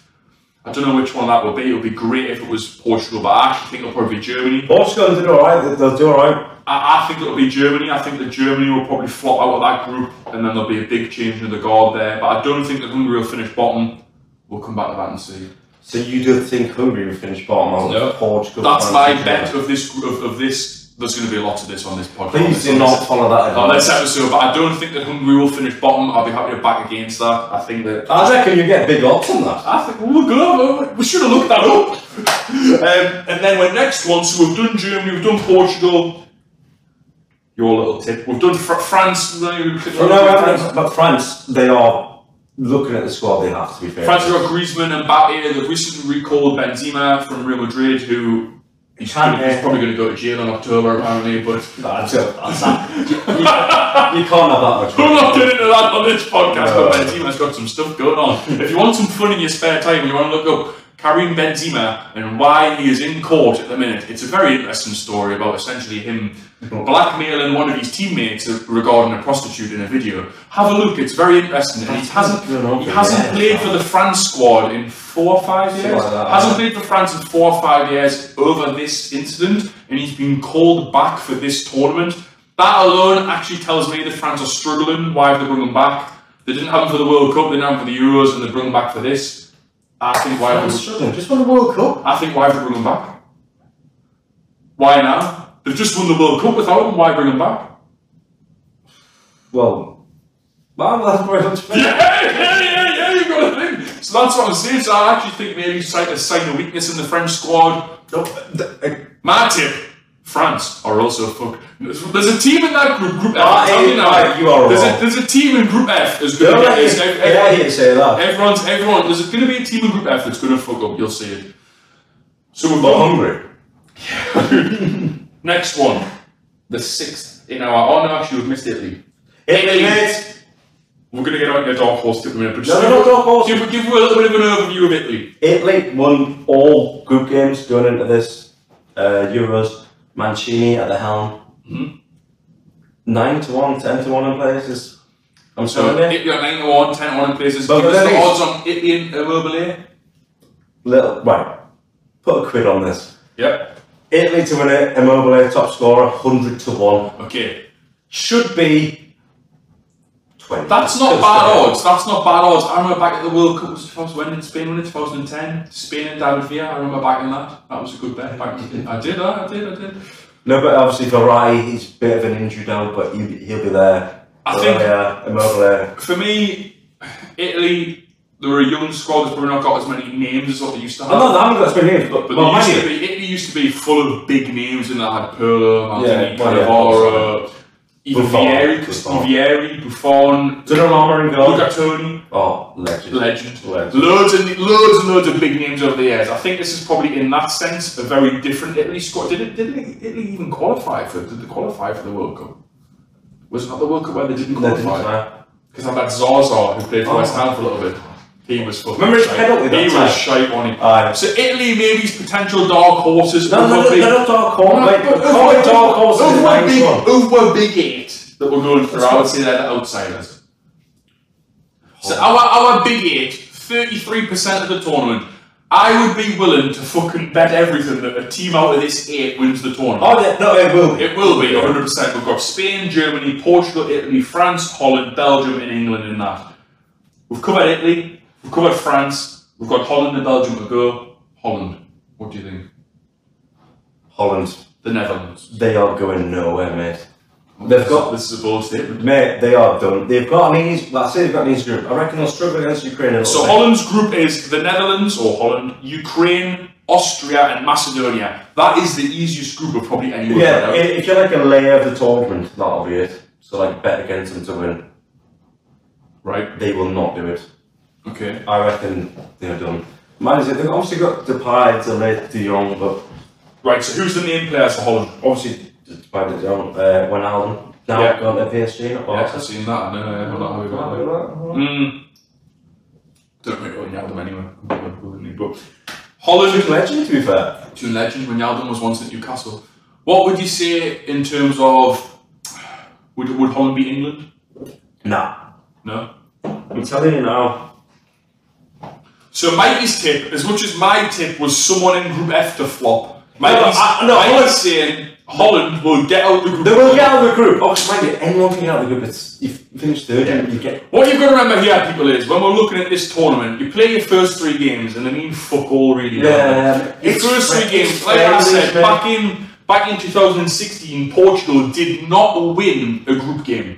[SPEAKER 2] I don't know which one that would be. It would be great if it was Portugal, but I actually think it'll probably be Germany.
[SPEAKER 3] Portugal did all right. They'll do all right.
[SPEAKER 2] I, I think it'll be Germany. I think that Germany will probably flop out of that group, and then there'll be a big change in the guard there. But I don't think that Hungary will finish bottom. We'll come back to that and see.
[SPEAKER 3] So you do think Hungary will finish bottom out?
[SPEAKER 2] No.
[SPEAKER 3] Portugal.
[SPEAKER 2] That's
[SPEAKER 3] France,
[SPEAKER 2] my
[SPEAKER 3] and
[SPEAKER 2] bet
[SPEAKER 3] Germany.
[SPEAKER 2] of this of, of this. There's going to be a lot of this on this podcast. Oh,
[SPEAKER 3] Please do not follow that.
[SPEAKER 2] On this
[SPEAKER 3] advice.
[SPEAKER 2] episode, but I don't think that Hungary will finish bottom. I'll be happy to back against that. I think that.
[SPEAKER 3] I reckon you get big odds on that.
[SPEAKER 2] I think we'll go. We should have looked that up. um, and then we're next one. So we've done Germany, we've done Portugal. Your little tip. We've done fr- France. No, we could-
[SPEAKER 3] Well, Oh, no, I mean, but France, they are looking at the squad. They have to be fair.
[SPEAKER 2] France have got Griezmann and Mbappe. They've recently recalled Benzema from Real Madrid, who he's,
[SPEAKER 3] Can't,
[SPEAKER 2] gonna- he's
[SPEAKER 3] uh,
[SPEAKER 2] probably going to go to jail in October apparently. But
[SPEAKER 3] That's a, that's a, you, you can't have that much.
[SPEAKER 2] We're not getting into that on this podcast,
[SPEAKER 3] No.
[SPEAKER 2] but Benzema's got some stuff going on. if you want some fun in your spare time, you want to look up Karim Benzema and why he is in court at the minute. It's a very interesting story about essentially him blackmailing one of his teammates regarding a prostitute in a video. Have a look; it's very interesting. And he hasn't he hasn't played for the France squad in four or five years.
[SPEAKER 3] Something like that.
[SPEAKER 2] hasn't played for France in four or five years over this incident, and he's been called back for this tournament. That alone actually tells me that France are struggling. Why have they brought him back? They didn't have him for the World Cup, they didn't have him for the Euros, and they brought him back for this. I think why have they,
[SPEAKER 3] Just won the World Cup.
[SPEAKER 2] I think why have they brought him back? Why now? They've just won the World Cup without him. Why bring him back?
[SPEAKER 3] Well, well, that's very much better.
[SPEAKER 2] yeah, yeah, yeah, yeah, you got to think. So that's what I'm saying. So I actually think maybe it's like a sign of weakness in the French squad.
[SPEAKER 3] No, th- th-
[SPEAKER 2] My tip, France are also fuck. There's a team in that group, Group F.
[SPEAKER 3] Ah,
[SPEAKER 2] I'm telling you
[SPEAKER 3] eh,
[SPEAKER 2] now.
[SPEAKER 3] right, you are
[SPEAKER 2] there's,
[SPEAKER 3] wrong.
[SPEAKER 2] a, there's a team in Group F that's going to
[SPEAKER 3] Don't
[SPEAKER 2] get
[SPEAKER 3] let you
[SPEAKER 2] this.
[SPEAKER 3] say-
[SPEAKER 2] Ev-
[SPEAKER 3] yeah, you say that.
[SPEAKER 2] Everyone's, everyone, there's going to be a team in Group F that's going to fuck up. You'll see it. So we've
[SPEAKER 3] But
[SPEAKER 2] got
[SPEAKER 3] hungry.
[SPEAKER 2] next one. The sixth in our. Oh no, actually, we've missed Italy.
[SPEAKER 3] Italy, mate.
[SPEAKER 2] We're going to get on your dark horse tip in a minute. But
[SPEAKER 3] No,
[SPEAKER 2] just
[SPEAKER 3] no, no, no, of course.
[SPEAKER 2] give, give a little bit of an overview of Italy.
[SPEAKER 3] Italy won all group games going into this uh, Euros. Mancini at the helm.
[SPEAKER 2] Mm-hmm.
[SPEAKER 3] Nine to one, ten to one in places. I'm
[SPEAKER 2] So
[SPEAKER 3] sorry. mate.
[SPEAKER 2] if you're 9 to 1, 10 to 1 in places,
[SPEAKER 3] But
[SPEAKER 2] give us
[SPEAKER 3] then
[SPEAKER 2] the
[SPEAKER 3] it's-
[SPEAKER 2] odds on Italy and Immobile.
[SPEAKER 3] Little right. Put a quid on this.
[SPEAKER 2] Yep.
[SPEAKER 3] Italy to win it. Immobile top scorer, hundred to one.
[SPEAKER 2] Okay.
[SPEAKER 3] Should be twenty.
[SPEAKER 2] That's not
[SPEAKER 3] Just
[SPEAKER 2] bad
[SPEAKER 3] about.
[SPEAKER 2] odds. That's not bad odds. I remember back at the World Cup, was, it 2000 when did Spain won it? 2010. Spain and David Villa. I remember back in that. That was a good bet. Back in, I did, I did, I did.
[SPEAKER 3] No, but obviously Verratti, he's a bit of an injury now, but he, he'll be there.
[SPEAKER 2] I
[SPEAKER 3] Verratti,
[SPEAKER 2] think-
[SPEAKER 3] Immobile.
[SPEAKER 2] For me, Italy, they were a young squad that's probably not got as many names as what they used to have.
[SPEAKER 3] I know that haven't got as many names, but,
[SPEAKER 2] But
[SPEAKER 3] well,
[SPEAKER 2] they used
[SPEAKER 3] mind
[SPEAKER 2] to
[SPEAKER 3] you,
[SPEAKER 2] be, Italy used to be full of big names in that had Perlo, Maldini,
[SPEAKER 3] Yeah, well, yeah,
[SPEAKER 2] Cannavaro, even
[SPEAKER 3] Buffon.
[SPEAKER 2] Vieri,
[SPEAKER 3] Buffon.
[SPEAKER 2] Vieri, Buffon,
[SPEAKER 3] Donnarumma in goal.
[SPEAKER 2] Luca Toni,
[SPEAKER 3] Oh, legend.
[SPEAKER 2] legend.
[SPEAKER 3] Legend.
[SPEAKER 2] Loads and loads and loads of big names over the years. I think this is probably, in that sense, a very different Italy squad. Did it? Did Italy, Italy even qualify for? Did they qualify for the World Cup? Was it not the World Cup where they didn't
[SPEAKER 3] Legend.
[SPEAKER 2] qualify? Because I've had Zaza who played for
[SPEAKER 3] Oh.
[SPEAKER 2] West Ham for a little bit. He was fucking.
[SPEAKER 3] Remember his
[SPEAKER 2] shite.
[SPEAKER 3] penalty that
[SPEAKER 2] He
[SPEAKER 3] time?
[SPEAKER 2] was shite on him.
[SPEAKER 3] Aye.
[SPEAKER 2] So Italy maybe's potential dark horses.
[SPEAKER 3] No, no,
[SPEAKER 2] Who
[SPEAKER 3] no,
[SPEAKER 2] were
[SPEAKER 3] they're
[SPEAKER 2] big-
[SPEAKER 3] not dark horse. Wait,
[SPEAKER 2] but
[SPEAKER 3] but
[SPEAKER 2] who were
[SPEAKER 3] calling dark horse
[SPEAKER 2] who
[SPEAKER 3] is
[SPEAKER 2] were
[SPEAKER 3] the
[SPEAKER 2] big-
[SPEAKER 3] next one.
[SPEAKER 2] Who were big eight that we're going for? I would say they're the outsiders. So our our big eight, thirty three percent of the tournament. I would be willing to fucking bet everything that a team out of this eight wins the tournament.
[SPEAKER 3] Oh, yeah, no, it will be.
[SPEAKER 2] It will be 100. percent We've got Spain, Germany, Portugal, Italy, France, Holland, Belgium, and England in that. We've covered Italy. We've covered France. We've got Holland and Belgium to go. Holland. What do you think?
[SPEAKER 3] Holland,
[SPEAKER 2] The Netherlands.
[SPEAKER 3] they are going nowhere, mate. They've got
[SPEAKER 2] This is a bold statement.
[SPEAKER 3] Mate, they are done. They've got an easy. Well, I say they've got an easy group. I reckon they'll struggle against Ukraine. A little
[SPEAKER 2] So
[SPEAKER 3] bit.
[SPEAKER 2] Holland's group is the Netherlands or Holland, Ukraine, Austria, and Macedonia. That is the easiest group of probably anyone.
[SPEAKER 3] Yeah,
[SPEAKER 2] right now.
[SPEAKER 3] i- if you're like a layer of the tournament, that'll be it. So like bet against them to win.
[SPEAKER 2] Right.
[SPEAKER 3] They will not do it.
[SPEAKER 2] Okay.
[SPEAKER 3] I reckon they're done. Man, is it- they've obviously got Depay, Delay, De Jong, but
[SPEAKER 2] Right. So who's the main players for Holland?
[SPEAKER 3] obviously Depay, De Jong, uh, Wijnaldum now
[SPEAKER 2] Yeah.
[SPEAKER 3] gone to PSG. Not
[SPEAKER 2] Yes,
[SPEAKER 3] Barca. Hmm.
[SPEAKER 2] I've seen that. I know. I know how we got that. Mm. Don't really know Wijnaldum anyway. wouldn't he? But
[SPEAKER 3] Who's
[SPEAKER 2] Holland,
[SPEAKER 3] legend to be fair?
[SPEAKER 2] two legends. Wijnaldum was once at Newcastle. What would you say in terms of would would Holland beat England?
[SPEAKER 3] Nah,
[SPEAKER 2] No.
[SPEAKER 3] I'm telling you now.
[SPEAKER 2] So Mikey's tip, as much as my tip was someone in Group F to flop. Mikey's,
[SPEAKER 3] I- no,
[SPEAKER 2] Mikey's
[SPEAKER 3] Holland-
[SPEAKER 2] saying Holland will get out the group.
[SPEAKER 3] They will get out of the group. Obviously, mind you, anyone can get out of the group. It's you finish third,
[SPEAKER 2] Yeah.
[SPEAKER 3] you get
[SPEAKER 2] What you've got to remember here, people, is when we're looking at this tournament, you play your first three games, and they mean fuck all, really. don't
[SPEAKER 3] Yeah,
[SPEAKER 2] they?
[SPEAKER 3] it's-
[SPEAKER 2] your first three
[SPEAKER 3] it's
[SPEAKER 2] games, like I
[SPEAKER 3] friendly,
[SPEAKER 2] said,
[SPEAKER 3] mate.
[SPEAKER 2] back in back in 2016, Portugal did not win a group game.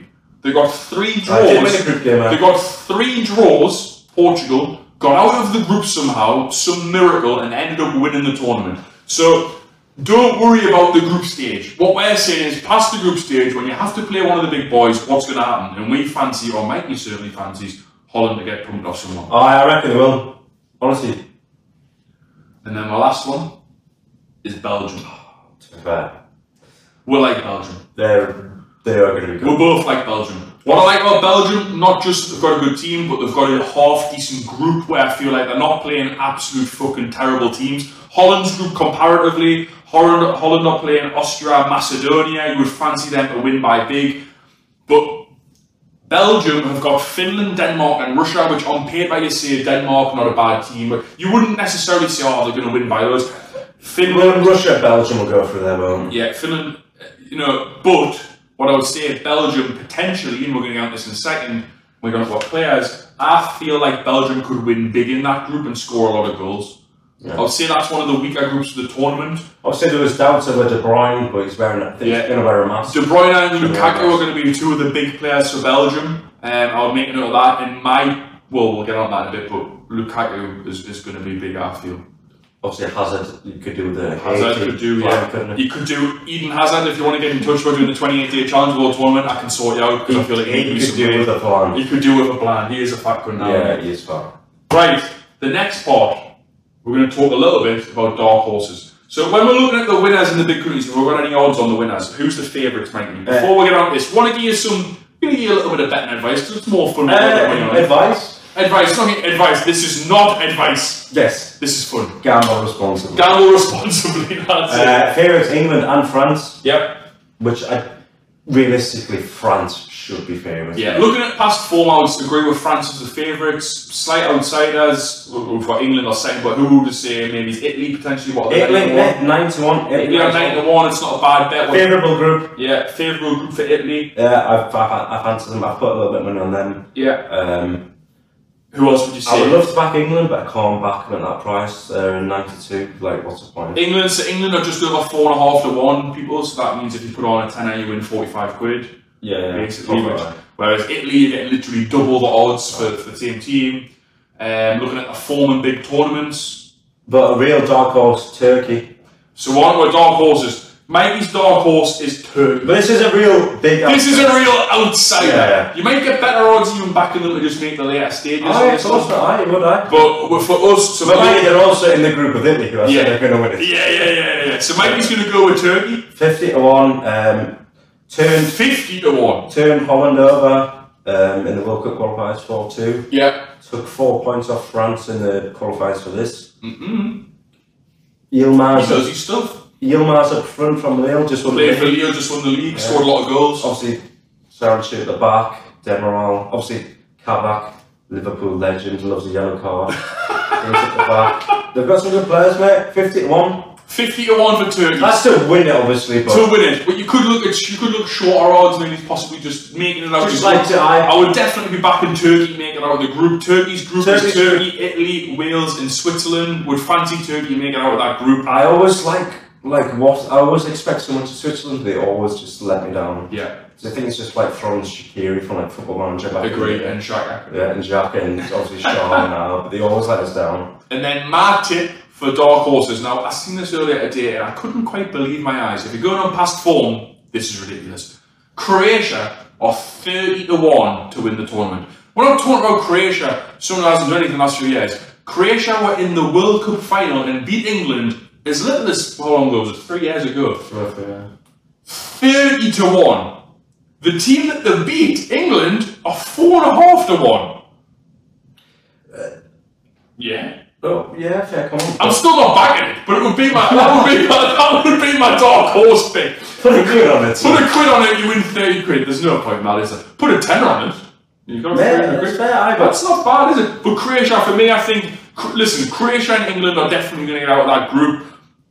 [SPEAKER 2] They got three
[SPEAKER 3] I did win
[SPEAKER 2] draws.
[SPEAKER 3] a group game, man.
[SPEAKER 2] They got three draws. Portugal got out of the group somehow, some miracle, and ended up winning the tournament. So. Don't worry about the group stage. What we're saying is, past the group stage, when you have to play one of the big boys, what's going to happen? And we fancy, or Mikey certainly fancies, Holland to get pumped off someone.
[SPEAKER 3] Oh, I reckon they will. Honestly,
[SPEAKER 2] And then my last one is Belgium.
[SPEAKER 3] to be fair,
[SPEAKER 2] We're like Belgium.
[SPEAKER 3] they're they are going to be good.
[SPEAKER 2] We're both like Belgium. What I like about Belgium, not just that they've got a good team, but they've got a half decent group where I feel like they're not playing absolute fucking terrible teams. Holland's group, comparatively, Holland, Holland not playing Austria, Macedonia, you would fancy them to win by big. But Belgium have got Finland, Denmark, and Russia, which on paper you say Denmark, not a bad team, but you wouldn't necessarily say, oh, they're going to win by those. Finland,
[SPEAKER 3] Well, Russia, Belgium will go through their own.
[SPEAKER 2] Yeah, Finland, uh, you know, but what I would say, Belgium potentially, and we're going to get on this in a second, we're going to what players. I feel like Belgium could win big in that group and score a lot of goals. I would say that's one of the weaker groups of the tournament.
[SPEAKER 3] Obviously, there was doubts over De Bruyne, but he's wearing. A, he's
[SPEAKER 2] Yeah.
[SPEAKER 3] going to wear a mask.
[SPEAKER 2] De Bruyne and
[SPEAKER 3] Yeah.
[SPEAKER 2] Lukaku are going to be two of the big players for Belgium. Um, I'll make a note of that. And my, well, we'll get on that in a bit, but Lukaku is, is going to be big, I feel.
[SPEAKER 3] Obviously, Hazard you could do the
[SPEAKER 2] Hazard could do,
[SPEAKER 3] flag,
[SPEAKER 2] yeah.
[SPEAKER 3] couldn't he?
[SPEAKER 2] You could do Eden Hazard if you want to get in touch. We're doing the 28 day challenge world tournament. I can sort you out because I feel like
[SPEAKER 3] He
[SPEAKER 2] he
[SPEAKER 3] could do with a plan.
[SPEAKER 2] He could do with a plan. He is a fat gun now.
[SPEAKER 3] Yeah, he is fine.
[SPEAKER 2] Right, the next part, we're going to talk a little bit about dark horses. So when we're looking at the winners in the big countries, if we've got any odds on the winners, who's the favourites, Mikey? Before we get on to this, want to give you some, going to give you a little bit of betting advice 'cause it's more fun. when we're betting
[SPEAKER 3] Uh,
[SPEAKER 2] on it.
[SPEAKER 3] advice?
[SPEAKER 2] advice, not advice. This is not advice.
[SPEAKER 3] Yes,
[SPEAKER 2] This is fun.
[SPEAKER 3] gamble responsibly.
[SPEAKER 2] Gamble responsibly. That's it.
[SPEAKER 3] uh, favorites England and France,
[SPEAKER 2] Yep.
[SPEAKER 3] which I realistically France should be favourites.
[SPEAKER 2] Yeah, looking at past form, I would agree with France as the favourites. Slight outsiders, we've got England or second, but who would you say maybe it's Italy potentially? What are they
[SPEAKER 3] Italy
[SPEAKER 2] betting
[SPEAKER 3] bet nine to one. Italy
[SPEAKER 2] Italy are nine
[SPEAKER 3] nine to one.
[SPEAKER 2] to one. It's not a bad bet. We're-
[SPEAKER 3] Favourable group. Uh,
[SPEAKER 2] Yeah, favourable group for Italy.
[SPEAKER 3] Yeah, I've, I've, I've answered them. I've put a little bit of money on them.
[SPEAKER 2] Yeah.
[SPEAKER 3] Um,
[SPEAKER 2] Who else would you
[SPEAKER 3] I
[SPEAKER 2] say?
[SPEAKER 3] would love to back England, but I can't back them at that price. They're in 92. Like, what's the point?
[SPEAKER 2] England. So England are just over four and a half to one people. So that means if you put on a tenner, you win forty-five quid.
[SPEAKER 3] Yeah, yeah.
[SPEAKER 2] basically.
[SPEAKER 3] Probably.
[SPEAKER 2] which- whereas Italy, you get literally double the odds for, for the same team. Um, looking at the form in big tournaments,
[SPEAKER 3] But a real dark horse, Turkey.
[SPEAKER 2] So one of my dark horses. Mikey's dark horse is Turkey.
[SPEAKER 3] But this is a real big.
[SPEAKER 2] This is a real outsider.
[SPEAKER 3] Yeah.
[SPEAKER 2] You might get better odds even backing them to just make the later stages.
[SPEAKER 3] Oh, yeah, of course not. Aye, would I?
[SPEAKER 2] But but for us, so
[SPEAKER 3] But mind you,
[SPEAKER 2] Mikey,
[SPEAKER 3] they're also in the group with Italy, who I
[SPEAKER 2] Yeah.
[SPEAKER 3] said they're going to win it.
[SPEAKER 2] yeah, yeah, yeah, yeah. So Mikey's going to go with Turkey,
[SPEAKER 3] 50 to 1. Um, turn,
[SPEAKER 2] fifty to one.
[SPEAKER 3] turn Holland over. um, in the World Cup qualifiers 4 2.
[SPEAKER 2] Yeah.
[SPEAKER 3] Took four points off France in the qualifiers for this.
[SPEAKER 2] Mm-mm. Mm-hmm. He does
[SPEAKER 3] Yilmaz,
[SPEAKER 2] his stuff.
[SPEAKER 3] Yilmaz up front from Lille just won the
[SPEAKER 2] Played for
[SPEAKER 3] league.
[SPEAKER 2] Leo, just won the league, scored a lot of goals.
[SPEAKER 3] Obviously, Saranchu at the back, Demiral, obviously, Kabak, Liverpool legend, loves a yellow card. He's at the back. They've got some good players, mate. 50 to 1.
[SPEAKER 2] 50 to 1 for Turkey.
[SPEAKER 3] That's to win it, obviously, but.
[SPEAKER 2] to win it. But you could look at you could look shorter odds. Maybe possibly just making it out.
[SPEAKER 3] Just like to- I-
[SPEAKER 2] I would definitely be back in Turkey making it out of the group. Turkey's group
[SPEAKER 3] Turkey's-
[SPEAKER 2] is Turkey, Italy, Wales, and Switzerland. Would fancy Turkey making it out of that group?
[SPEAKER 3] I always like like what I always expect someone to Switzerland. They always just let me down.
[SPEAKER 2] Yeah,
[SPEAKER 3] 'Cause I think it's just like throwing Shakiri from like Football Manager back. in the
[SPEAKER 2] agree.
[SPEAKER 3] day.
[SPEAKER 2] And Shaka.
[SPEAKER 3] Yeah, and Jack and obviously Sean now, but they always let us down.
[SPEAKER 2] And then my tip for dark horses. Now I seen this earlier today, and I couldn't quite believe my eyes. If you're going on past form, this is ridiculous. Croatia are thirty to one to win the tournament. We're not talking about Croatia, someone who hasn't done anything the last few years. Croatia were in the World Cup final and beat England as little as how long ago was it? Three years ago.
[SPEAKER 3] uh,
[SPEAKER 2] 30 to 1. The team that they beat, England, are 4.5 to 1. Yeah.
[SPEAKER 3] Oh yeah, fair comment.
[SPEAKER 2] I'm still not backing it, but it would be my that would be my that would be my dark horse pick.
[SPEAKER 3] Put a quid on it.
[SPEAKER 2] Put a quid on it, you win thirty quid. There's no point in that, is there? Put a ten on it. You got
[SPEAKER 3] Yeah,
[SPEAKER 2] 30
[SPEAKER 3] that's fair, aye, but-
[SPEAKER 2] That's not bad, is it? But Croatia, for me, I think. Cr- Listen, Croatia and England are definitely going to get out of that group.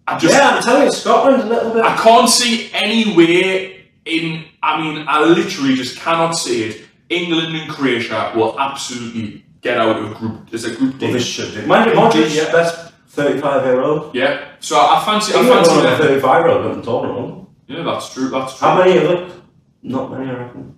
[SPEAKER 2] I just
[SPEAKER 3] Yeah, I'm telling you, Scotland a little bit.
[SPEAKER 2] I can't see any way in. I mean, I literally just cannot see it. England and Croatia will absolutely get out of group. Is it group D?
[SPEAKER 3] Well, this should do. Mind you, Modric,
[SPEAKER 2] Yeah.
[SPEAKER 3] best 35 year old.
[SPEAKER 2] yeah. So I fancy. I
[SPEAKER 3] England
[SPEAKER 2] fancy
[SPEAKER 3] won a
[SPEAKER 2] them.
[SPEAKER 3] 35 year old at the tournament.
[SPEAKER 2] Yeah, that's true. That's true.
[SPEAKER 3] How many of them? Not many, I reckon.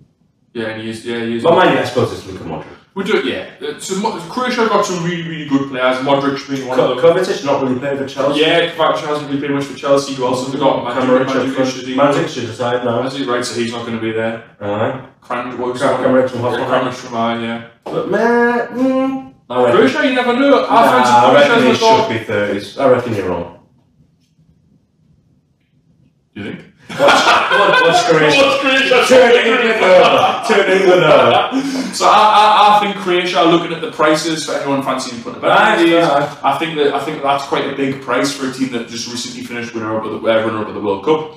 [SPEAKER 2] Yeah, and he is. Yeah, he is.
[SPEAKER 3] But mind you, I suppose it's Luka Modric.
[SPEAKER 2] We do. Yeah. Uh, So Mo- Croatia have got some really, really good players. Modric being one
[SPEAKER 3] Ko-
[SPEAKER 2] of them.
[SPEAKER 3] Kovacic not really played for Chelsea.
[SPEAKER 2] Yeah, Kovacic hasn't really played much for Chelsea. Who else have they got? Mandzukic,
[SPEAKER 3] Cambridge,
[SPEAKER 2] Mandzukic, is he-
[SPEAKER 3] Mandzukic should decide now.
[SPEAKER 2] Mandzukic, right? So he's not going to be there.
[SPEAKER 3] Aye.
[SPEAKER 2] Cran, what was
[SPEAKER 3] Cam-
[SPEAKER 2] that?
[SPEAKER 3] Cambridge from Hoffenheim.
[SPEAKER 2] Yeah, Cambridge from Hoffenheim, yeah.
[SPEAKER 3] But man, mm, I reckon,
[SPEAKER 2] Croatia, you never know.
[SPEAKER 3] nah,
[SPEAKER 2] I
[SPEAKER 3] I reckon
[SPEAKER 2] fancy
[SPEAKER 3] it
[SPEAKER 2] Croatia as
[SPEAKER 3] should
[SPEAKER 2] a
[SPEAKER 3] be thirties. I reckon you're wrong.
[SPEAKER 2] Do you think?
[SPEAKER 3] What, what's Croatia? Turn England over. Turn England over.
[SPEAKER 2] So I, I, I think Croatia are looking at the prices for anyone fancying putting a bet on
[SPEAKER 3] Right,
[SPEAKER 2] these.
[SPEAKER 3] yeah.
[SPEAKER 2] I think that I think that's quite a big price for a team that just recently finished winner up of the uh, runner up of the World Cup.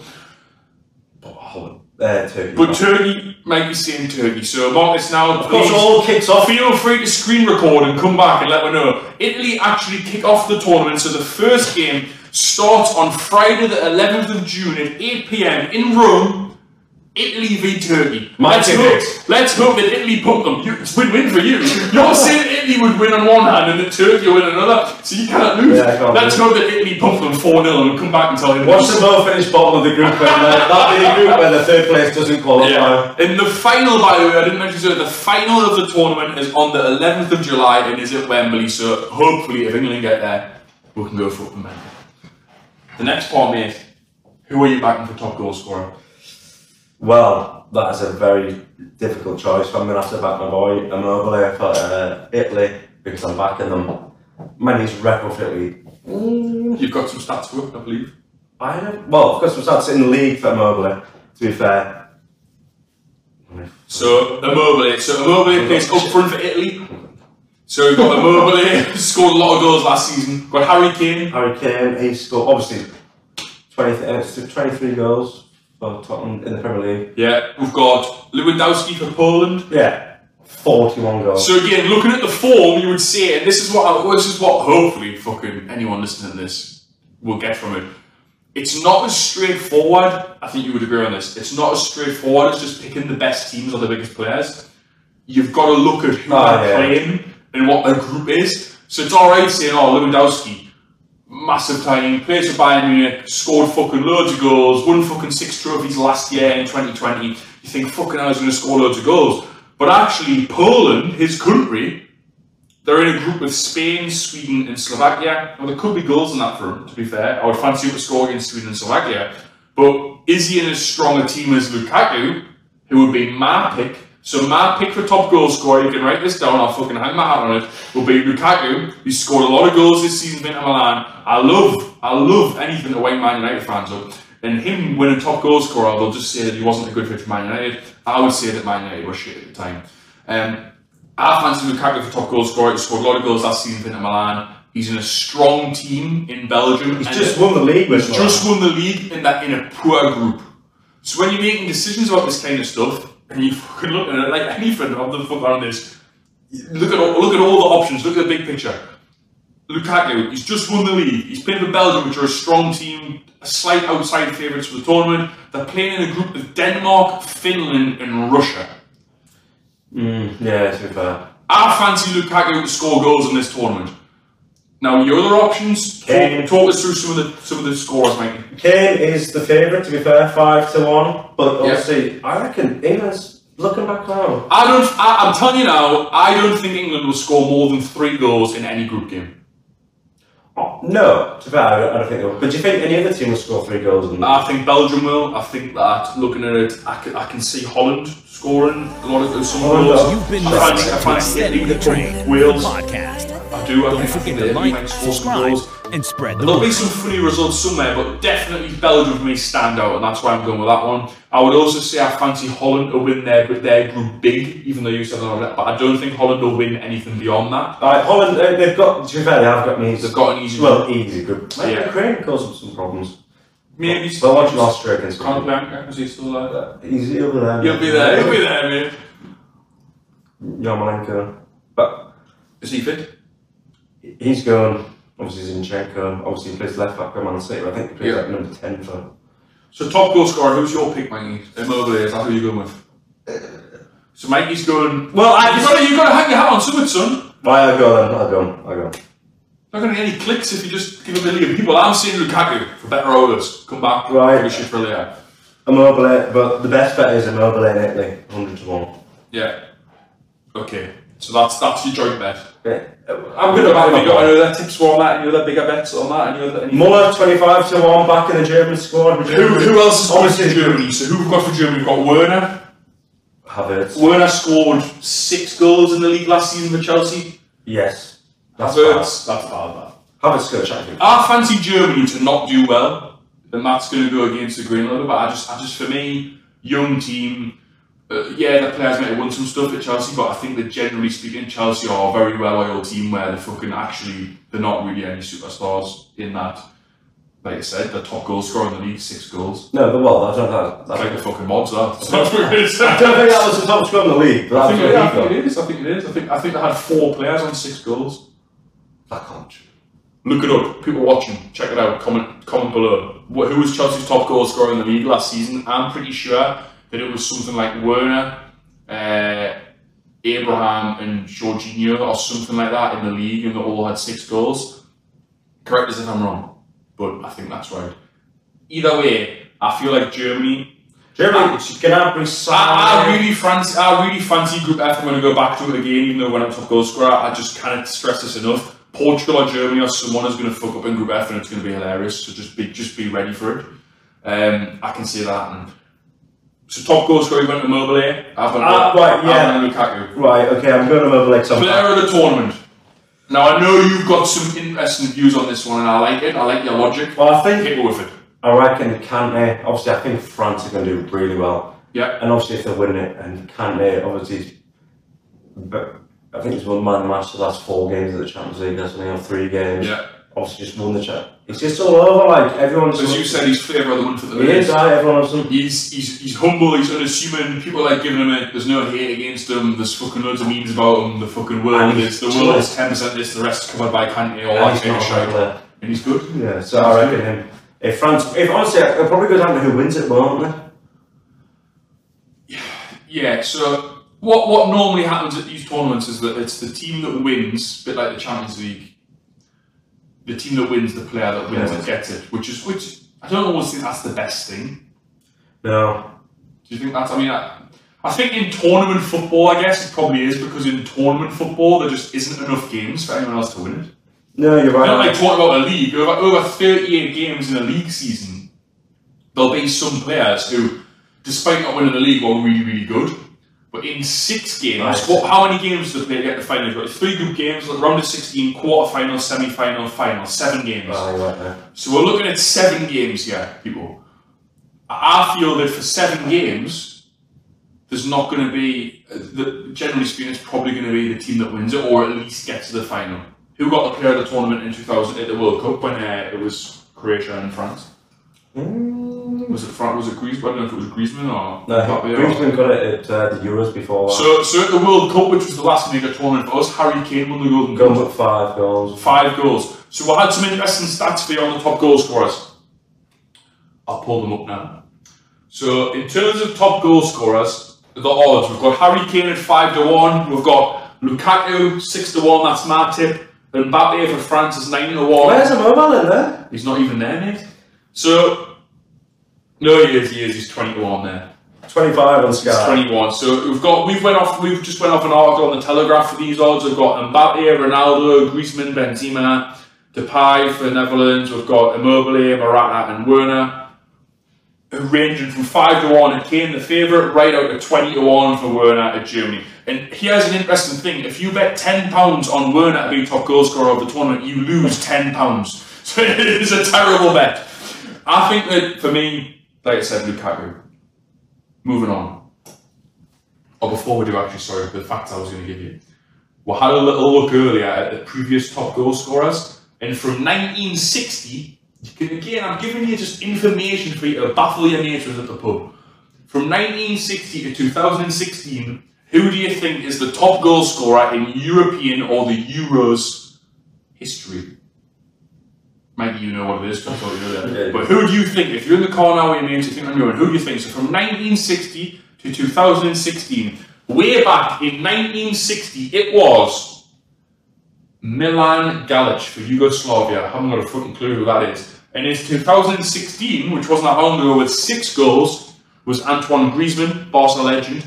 [SPEAKER 2] But, Holland-
[SPEAKER 3] There, Turkey.
[SPEAKER 2] but Turkey might be seeing Turkey. So Marcus now
[SPEAKER 3] of course,
[SPEAKER 2] please
[SPEAKER 3] all kicks off.
[SPEAKER 2] feel free to screen record and come back and let me know. Italy actually kick off the tournament, so the first game starts on Friday the 11th of June at 8 p.m. in Rome. Italy v Turkey.
[SPEAKER 3] My
[SPEAKER 2] let's
[SPEAKER 3] tickets.
[SPEAKER 2] hope, let's hope that Italy pump them. You, it's win-win for you. You're saying Italy would win on one hand and that Turkey would win another, so you cannot lose.
[SPEAKER 3] Yeah, I can't
[SPEAKER 2] let's
[SPEAKER 3] lose.
[SPEAKER 2] hope that Italy pump them 4-0 and we'll come back and tell you.
[SPEAKER 3] Watch them all finish bottom of the group, and uh, that'll be the group where the third place doesn't qualify.
[SPEAKER 2] Yeah. uh, In the final, by the way, I didn't mention so the final of the tournament is on the 11th of July and is at Wembley. So hopefully, if England get there, we can go for it from there. The next part, mate. Who are you backing for top goal scorer?
[SPEAKER 3] Well, that is a very difficult choice. I'm going to have to back my boy Immobile for uh, Italy because I'm backing them. Manny's reprofitly.
[SPEAKER 2] You've got some stats for it, I believe.
[SPEAKER 3] I don't. Well, of course, we started in the league for Immobile. To be fair.
[SPEAKER 2] So Immobile. So Immobile plays up front for Italy. So we've got Immobile scored a lot of goals last season. Got Harry Kane.
[SPEAKER 3] Harry Kane, he scored obviously 20, uh, so 23 goals for Tottenham in the Premier League.
[SPEAKER 2] Yeah, we've got Lewandowski for Poland.
[SPEAKER 3] Yeah, 41 goals.
[SPEAKER 2] So again, looking at the form, you would see it, and this is what I, this is what hopefully fucking anyone listening to this will get from it. It's not as straightforward. I think you would agree on this. It's not as straightforward as just picking the best teams or the biggest players. You've got to look at who
[SPEAKER 3] Oh,
[SPEAKER 2] they're
[SPEAKER 3] yeah.
[SPEAKER 2] playing and what their group is. So it's alright saying, "Oh, Lewandowski, massive time, plays for Bayern Munich, scored fucking loads of goals, won fucking six trophies last year in 2020. You think fucking hell he's going to score loads of goals. But actually, Poland, his country, they're in a group with Spain, Sweden, and Slovakia. Well, there could be goals in that for him, to be fair. I would fancy him to score against Sweden and Slovakia. But is he in as strong a team as Lukaku, who would be my pick? So my pick for top goal scorer, you can write this down, I'll fucking hang my hat on it, will be Lukaku. He scored a lot of goals this season for Inter Milan. I love, I love anything to wake Man United fans up. And him winning top goal scorer, they'll just say that he wasn't a good fit for Man United. I would say that Man United were shit at the time. Um, I fancy Lukaku for top goal scorer. He scored a lot of goals last season for Inter Milan. He's in a strong team in Belgium.
[SPEAKER 3] He's
[SPEAKER 2] and
[SPEAKER 3] just won the league with
[SPEAKER 2] He's just won the league in that in a poor group. So when you're making decisions about this kind of stuff, and you fucking look at it like any friend of the fuck around this, look at all, look at all the options. Look at the big picture. Lukaku, he's just won the league. He's playing for Belgium, which are a strong team, a slight outside favourites for the tournament. They're playing in a group of Denmark, Finland, and Russia.
[SPEAKER 3] Mm,
[SPEAKER 4] Yeah, to be fair.
[SPEAKER 2] I fancy Lukaku to score goals in this tournament. Now your other options. Talk,
[SPEAKER 3] Kane.
[SPEAKER 2] talk us through some of the some of the scores, mate.
[SPEAKER 3] Kane is the favourite, to be fair, 5 to 1.
[SPEAKER 4] But
[SPEAKER 2] Yeah.
[SPEAKER 4] obviously, I reckon England's looking back now.
[SPEAKER 2] I don't. I, I'm telling you now. I don't think England will score more than three goals in any group game.
[SPEAKER 4] No.
[SPEAKER 3] To be fair, I don't-
[SPEAKER 4] I
[SPEAKER 3] I don't think
[SPEAKER 4] think
[SPEAKER 3] they
[SPEAKER 4] they
[SPEAKER 3] will.
[SPEAKER 4] were.
[SPEAKER 3] But do you think any other team will score three goals in that?
[SPEAKER 2] I think Belgium will. I think that looking at it, I can, I can see Holland scoring a lot of some
[SPEAKER 3] Holland
[SPEAKER 2] goals.
[SPEAKER 3] are-
[SPEAKER 1] You've been
[SPEAKER 2] I fancy, I
[SPEAKER 1] listening to
[SPEAKER 2] fancy
[SPEAKER 1] Extending
[SPEAKER 2] Italy,
[SPEAKER 1] the Train
[SPEAKER 2] Wales.
[SPEAKER 1] podcast.
[SPEAKER 2] I do. I
[SPEAKER 1] Don't
[SPEAKER 2] think
[SPEAKER 1] forget
[SPEAKER 2] Italy
[SPEAKER 1] to
[SPEAKER 2] might
[SPEAKER 1] like,
[SPEAKER 2] score some
[SPEAKER 1] subscribe,
[SPEAKER 2] goals.
[SPEAKER 1] and spread the
[SPEAKER 2] There'll be
[SPEAKER 1] word.
[SPEAKER 2] some funny results somewhere, but definitely Belgium for me stand out, and that's why I'm going with that one. I would also say I fancy Holland to win their their group big, even though you said that, but I don't think Holland will win anything beyond that.
[SPEAKER 3] Like, Holland, they- they've got, to be fair, they have got an easy.
[SPEAKER 2] They've got an easy
[SPEAKER 3] Well, easy group.
[SPEAKER 2] Yeah.
[SPEAKER 3] Yeah. Ukraine caused them some problems.
[SPEAKER 2] Maybe
[SPEAKER 3] But watch Austria against
[SPEAKER 2] Can't
[SPEAKER 3] Canada.
[SPEAKER 2] Bianca, is he still there?
[SPEAKER 3] He's, he'll be there.
[SPEAKER 2] You'll be there. You'll be there, mate.
[SPEAKER 3] Yarmolenko. But
[SPEAKER 2] Is he fit?
[SPEAKER 3] he's going. Obviously, Zinchenko. Obviously, he plays left back for Man City. I think he plays
[SPEAKER 2] Yeah.
[SPEAKER 3] like number 10 for.
[SPEAKER 2] So top goal scorer, who's your pick, Mikey? Immobile, is that who you're going with? Uh, So Mikey's going.
[SPEAKER 3] Well, I
[SPEAKER 2] You've got to, you've got to hang your hat on something, son.
[SPEAKER 3] Right, I'll go then. I'll go. I'll go.
[SPEAKER 2] Not going to get any clicks if you just give a million people. I'm seeing Lukaku for better or worse. Come back,
[SPEAKER 3] Right.
[SPEAKER 2] give a shit for later.
[SPEAKER 3] Immobile, but the best bet is Immobile in Italy, 100 to 1.
[SPEAKER 2] Yeah. Okay. So that's that's your joint bet.
[SPEAKER 3] Yeah.
[SPEAKER 2] I'm going to back. Have you got any other tips for on that? Any other bigger bets on that? Any other? Any
[SPEAKER 3] Muller 25 to 1 back in the German squad.
[SPEAKER 2] Who, who else is obviously
[SPEAKER 3] Obviously,
[SPEAKER 2] Germany? So who we've got for Germany? We've got Werner.
[SPEAKER 3] Havertz.
[SPEAKER 2] Werner scored six goals in the league last season for Chelsea.
[SPEAKER 3] Yes. That's
[SPEAKER 2] Havertz, that's bad. that.
[SPEAKER 3] bad. Havertz coach, I think.
[SPEAKER 2] I fancy Germany to not do well, and that's going to go against the green level. But I just, I just for me, young team. Uh, yeah, the players might have won some stuff at Chelsea, but I think that generally speaking, Chelsea are a very well-oiled team where they're fucking actually they're not really any superstars in that. Like I said, the top goal scorer in the league, six goals.
[SPEAKER 3] No, the well, I don't know.
[SPEAKER 2] That's
[SPEAKER 3] That,
[SPEAKER 2] like the fucking mobs. That. That's what we're gonna say.
[SPEAKER 3] I don't think that was the top scorer in the league, but
[SPEAKER 2] I
[SPEAKER 3] that was
[SPEAKER 2] think,
[SPEAKER 3] what
[SPEAKER 2] yeah, I
[SPEAKER 3] he got.
[SPEAKER 2] think it is. I think it is. I think I think they had four players on six goals.
[SPEAKER 3] That coach.
[SPEAKER 2] Look it up. People watching, check it out. Comment comment below. Wh- Who was Chelsea's top goal scorer in the league last season? I'm pretty sure that it was something like Werner, uh, Abraham, and Jorginho, or something like that, in the league, and they all had six goals. Correct us if I'm wrong, but I think that's right. Either way, I feel like Germany Ah.
[SPEAKER 3] Germany, she's going to have Bruce
[SPEAKER 2] I, I really fancy. I really fancy Group F. I'm going to go back to it again, even though we're not top goal scorer. I just can't stress this enough. Portugal or Germany or someone is going to fuck up in Group F, and it's going to be hilarious. So just be just be ready for it. Um, I can see that. happening. so top goal scorer, you went to Mobile. I've got
[SPEAKER 3] Ah, right, yeah.
[SPEAKER 2] I've got Lukaku.
[SPEAKER 3] Right, okay, I'm going to Immobile. 'cause I'm
[SPEAKER 2] Player of the tournament. Now I know you've got some interesting views on this one, and I like it. I like your logic.
[SPEAKER 3] Well, I think
[SPEAKER 2] Hit me with it.
[SPEAKER 3] I reckon Kante. Obviously, I think France are going to do really well,
[SPEAKER 2] Yeah.
[SPEAKER 3] and obviously if they win it, and Kante obviously, but I think he's won man of the match the last four games of the Champions League. That's only on three games.
[SPEAKER 2] Yeah.
[SPEAKER 3] Obviously, just won the champ. It's just all over. Like everyone's.
[SPEAKER 2] As you said, he's flavour of the month for the
[SPEAKER 3] he is.
[SPEAKER 2] minute.
[SPEAKER 3] aye, everyone has him.
[SPEAKER 2] He's, he's he's humble, he's unassuming, people like giving him a there's no hate against him, there's fucking loads of memes about him, the fucking world
[SPEAKER 3] And
[SPEAKER 2] is the
[SPEAKER 3] he's
[SPEAKER 2] world is
[SPEAKER 3] good.
[SPEAKER 2] ten percent this, the rest is covered by Kanye, all
[SPEAKER 3] And
[SPEAKER 2] that
[SPEAKER 3] he's
[SPEAKER 2] kind of
[SPEAKER 3] not a
[SPEAKER 2] shit.
[SPEAKER 3] regular.
[SPEAKER 2] And he's good.
[SPEAKER 3] Yeah. So I reckon him. If France, if honestly, it'll probably go down to who wins it, won't it?
[SPEAKER 2] Yeah, so what what normally happens at these tournaments is that it's the team that wins, a bit like the Champions League, the team that wins the player that wins
[SPEAKER 3] Yeah.
[SPEAKER 2] it gets it, which is which I don't always think that's the best thing.
[SPEAKER 3] No.
[SPEAKER 2] Do you think that's? I mean, I, I think in tournament football, I guess it probably is because in tournament football there just isn't enough games for anyone else to win it.
[SPEAKER 3] No, you're
[SPEAKER 2] I don't like
[SPEAKER 3] right.
[SPEAKER 2] talking about a league. Over, over 38 games in a league season, there'll be some players who, despite not winning the league, are really, really good. But in six games,
[SPEAKER 3] Right.
[SPEAKER 2] what, how many games did they get the final? You've got three group games, like round of 16, quarter final, semi final, final. Seven games.
[SPEAKER 3] Aye, you're right there.
[SPEAKER 2] So we're looking at seven games here, people. I I feel that for seven games, there's not going to be, the, generally speaking, it's probably going to be the team that wins it or at least gets to the final. Who got the player of the tournament in 2000 at the World Cup when uh, it was Croatia and France? Was it France? Was it Griezmann? I don't know if it was Griezmann or
[SPEAKER 5] Mm. No,
[SPEAKER 2] Mbappe or-
[SPEAKER 5] Griezmann got it at uh, the Euros before that.
[SPEAKER 2] So, so at the World Cup, which was the last major tournament for us, Harry Kane won the Golden Goal.
[SPEAKER 5] Gone for five goals.
[SPEAKER 2] Five goals. So I had some interesting stats for you on the top goal scorers. I'll pull them up now. So in terms of top goal scorers, the odds we've got Harry Kane at five to one. We've got Lukaku six to one. That's my tip. And Mbappe for France is nine to one.
[SPEAKER 5] Where's the mobile in there?
[SPEAKER 2] He's not even there, mate. So no, he is. He is. He's twenty to one there.
[SPEAKER 5] 25 on Sky.
[SPEAKER 2] It's 21. So we've got we've went off we've just went off an article on the Telegraph for these odds. We've got Mbappe, Ronaldo, Griezmann, Benzema, Depay for Netherlands. We've got Immobile, Morata, and Werner, ranging from five to one. And Kane the favourite, right out to 20 to one for Werner at Germany. And here's an interesting thing: if you bet 10 pounds on Werner to be top goal scorer of the tournament, you lose 10 pounds. So it is a terrible bet. I think that for me, like I said, Lukaku. Moving on. Oh, before we do, actually, sorry, the fact I was going to give you. We had a little look earlier at the previous top goal scorers, and from 1960, you can, again, I'm giving you just information for you to baffle your mates with at the pub. From 1960 to 2016, who do you think is the top goal scorer in European or the Euros history? Maybe you know what it is, 'cause I told you earlier.
[SPEAKER 5] Yeah.
[SPEAKER 2] But who do you think, if you're in the car now with your mates, you think I'm going, who do you think? So from 1960 to 2016, way back in 1960, it was Milan Galic for Yugoslavia. I haven't got a fucking clue who that is. And his 2016, which wasn't that long ago, with six goals, was Antoine Griezmann, Barca legend.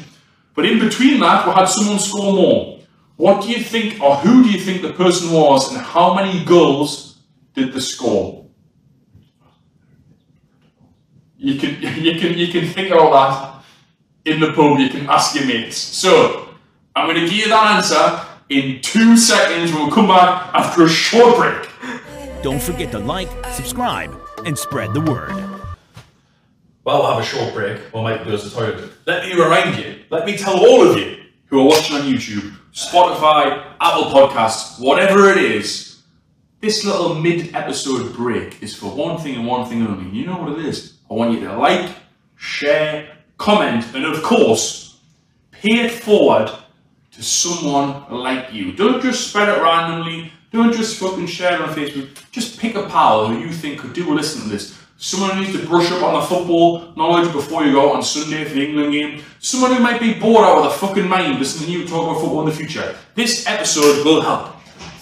[SPEAKER 2] But in between that, we had someone score more. What do you think, or who do you think the person was, and how many goals did they score? You can, you can, you can think about that in the pub. You can ask your mates. So, I'm going to give you that answer in two seconds. We'll come back after a short break.
[SPEAKER 1] Don't forget to like, subscribe, and spread the word.
[SPEAKER 2] Well, we'll have a short break while Mike goes to the toilet. Let me remind you, let me tell all of you who are watching on YouTube, Spotify, Apple Podcasts, whatever it is, this little mid episode break is for one thing and one thing only. You know what it is. I want you to like, share, comment, and of course, pay it forward to someone like you. Don't just spread it randomly. Don't just fucking share it on Facebook. Just pick a pal who you think could do a listen to this. Someone who needs to brush up on the football knowledge before you go out on Sunday for the England game. Someone who might be bored out of the fucking mind listening to you talk about football in the future. This episode will help.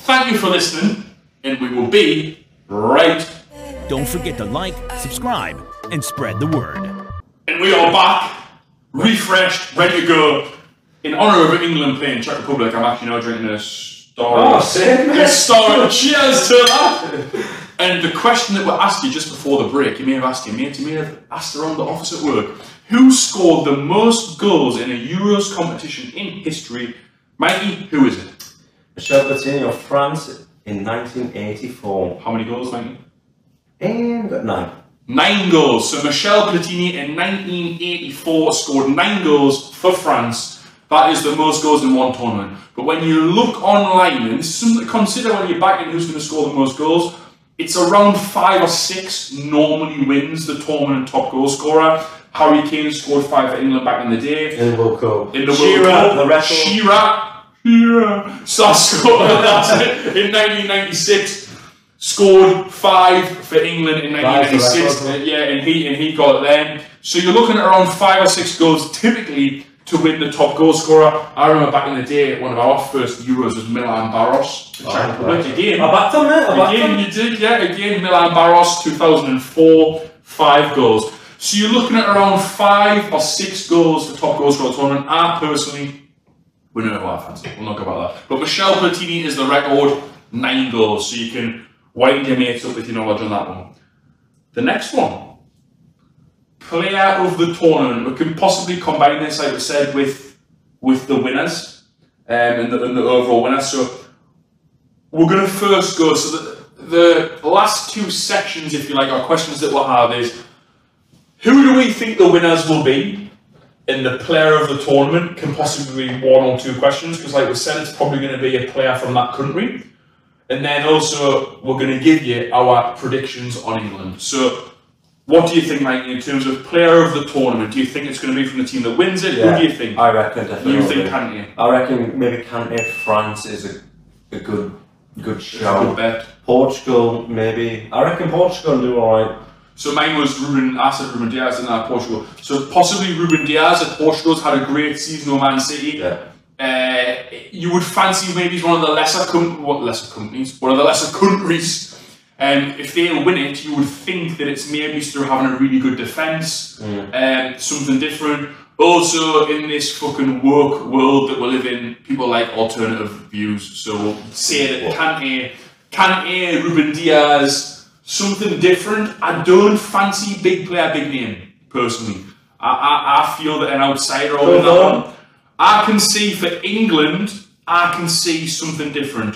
[SPEAKER 2] Thank you for listening, and we will be right.
[SPEAKER 1] Don't forget to like, subscribe, and spread the word.
[SPEAKER 2] And we are back, refreshed, ready to go. In honour of England playing Czech Republic, I'm actually now drinking a Star
[SPEAKER 5] Oh, sick, mate.
[SPEAKER 2] Historic. Cheers to that. And the question that we asked you just before the break, you may have asked your mate, you may have asked around the office at work, who scored the most goals in a Euros competition in history? Mikey, who is it?
[SPEAKER 5] Michel Platini
[SPEAKER 3] Coutinho
[SPEAKER 5] of
[SPEAKER 3] of France in 1984.
[SPEAKER 2] How many goals, Mikey?
[SPEAKER 3] And got nine.
[SPEAKER 2] Nine goals. So Michel Platini in 1984 scored nine goals for France. That is the most goals in one tournament. But when you look online, and this is something to consider when you're backing who's going to score the most goals, it's around five or six normally wins the tournament top goal scorer. Harry Kane scored five for England back in the day.
[SPEAKER 5] in the World Cup.
[SPEAKER 2] In the
[SPEAKER 5] Shearer,
[SPEAKER 2] World Cup,
[SPEAKER 5] the record.
[SPEAKER 2] Shearer, Shearer, Sasko, that's it, in 1996. Scored five for England in
[SPEAKER 5] Five's the
[SPEAKER 2] 1996.
[SPEAKER 5] record,
[SPEAKER 2] Uh, yeah, and he and he got it then. So you're looking at around five or six goals typically to win the top goal scorer. I remember back in the day, one of our first Euros was Milan Baros,
[SPEAKER 5] Oh,
[SPEAKER 2] the Czech Republic again.
[SPEAKER 5] I backed
[SPEAKER 3] eh?
[SPEAKER 5] him, mate. I backed him.
[SPEAKER 2] Again, you did, yeah. Again, Milan Baros, 2004, five goals. So you're looking at around five or six goals for top goals for the tournament. I personally, we know who I fancy. We'll not go about that. But Michel Platini is the record, nine goals. So you can wind your mates up with your knowledge on that one. The next one, player of the tournament. We can possibly combine this, like we said, with with the winners um, and, the, and the overall winner. So we're going to first go. So the, the last two sections, if you like, our questions that we'll have is who do we think the winners will be? in the player of the tournament can possibly be one or two questions because, like we said, it's probably going to be a player from that country. And then also, we're going to give you our predictions on England. So, what do you think, Mike, in terms of player of the tournament? Do you think it's going to be from the team that wins it? Who do you think?
[SPEAKER 3] I reckon definitely.
[SPEAKER 2] you think Kante?
[SPEAKER 3] I reckon maybe Kante France is a, a good good
[SPEAKER 2] Good
[SPEAKER 3] show.
[SPEAKER 2] bet.
[SPEAKER 3] Portugal maybe. I reckon Portugal do alright.
[SPEAKER 2] So mine was Ruben. I said Ruben Diaz and I Portugal. So possibly Ruben Diaz at Portugal's had a great season with Man City.
[SPEAKER 3] Yeah.
[SPEAKER 2] Uh, you would fancy maybe he's one of the lesser com- what lesser companies, one of the lesser countries. Um, if they win it, you would think that it's maybe through having a really good defence, um, something different. Also, in this fucking woke world that we live in, people like alternative views. So we'll say that Kante, Kante, Ruben Diaz, something different. I don't fancy big player, big name personally. I, I, I feel that an outsider over
[SPEAKER 3] Go
[SPEAKER 2] that
[SPEAKER 3] on.
[SPEAKER 2] one. I can see for England, I can see something different.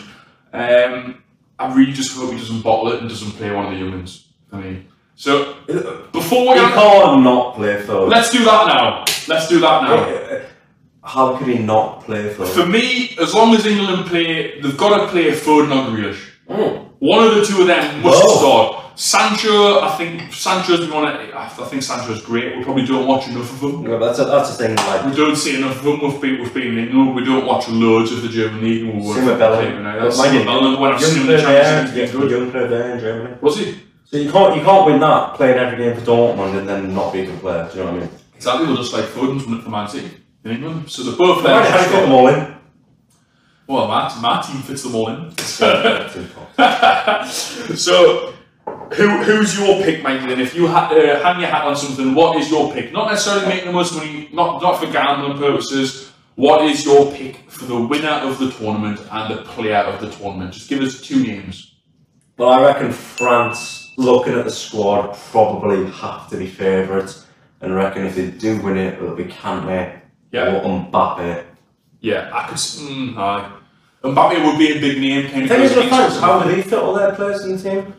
[SPEAKER 2] Um, I really just hope he doesn't bottle it and doesn't play one of the humans. I mean, so uh, before we
[SPEAKER 3] He can't not play for.
[SPEAKER 2] let's do that now. Let's do that now.
[SPEAKER 3] How could he not play for?
[SPEAKER 2] For me, as long as England play, they've got to play Foden or Grealish.
[SPEAKER 3] Oh.
[SPEAKER 2] One of the two of them must
[SPEAKER 3] Both.
[SPEAKER 2] start. Sancho, I think Sancho's we want to. I think Sancho's great. We probably don't watch enough of him.
[SPEAKER 3] Yeah, that's a, that's the thing.
[SPEAKER 2] We
[SPEAKER 3] Like
[SPEAKER 2] don't see enough of them. We've been, we've been in England. We don't watch loads of the German league. and We're
[SPEAKER 3] Simon Bellingham. Mind you,
[SPEAKER 2] Simon Bellingham. When I've
[SPEAKER 3] young
[SPEAKER 2] seen him in
[SPEAKER 3] player
[SPEAKER 2] the
[SPEAKER 3] there,
[SPEAKER 2] Champions League, he's
[SPEAKER 3] yeah,
[SPEAKER 2] been good.
[SPEAKER 3] young player there in Germany.
[SPEAKER 2] Was he?
[SPEAKER 3] So you can't you can't win that playing every game for Dortmund and then not be a good player. Do you know what I mean?
[SPEAKER 2] Exactly. Well, just like Foden's won it for Man City in England. So they're both
[SPEAKER 3] Right, I put them
[SPEAKER 2] there.
[SPEAKER 3] all in.
[SPEAKER 2] Well, my, my team fits them all in.
[SPEAKER 3] I
[SPEAKER 2] So, who, who's your pick, mate? Then, if you ha- uh, hang your hat on something, what is your pick? Not necessarily making the most money, not not for gambling purposes. What is your pick for the winner of the tournament and the player of the tournament? Just give us two names.
[SPEAKER 3] Well, I reckon France, looking at the squad, probably have to be favourites. And I reckon if they do win it, it'll be Kante
[SPEAKER 2] Yeah.
[SPEAKER 3] or Mbappe.
[SPEAKER 2] Yeah, I could. s- Mm, aye. Mbappe would be a big name. Kind of person.
[SPEAKER 3] how do they fit all their players in the team?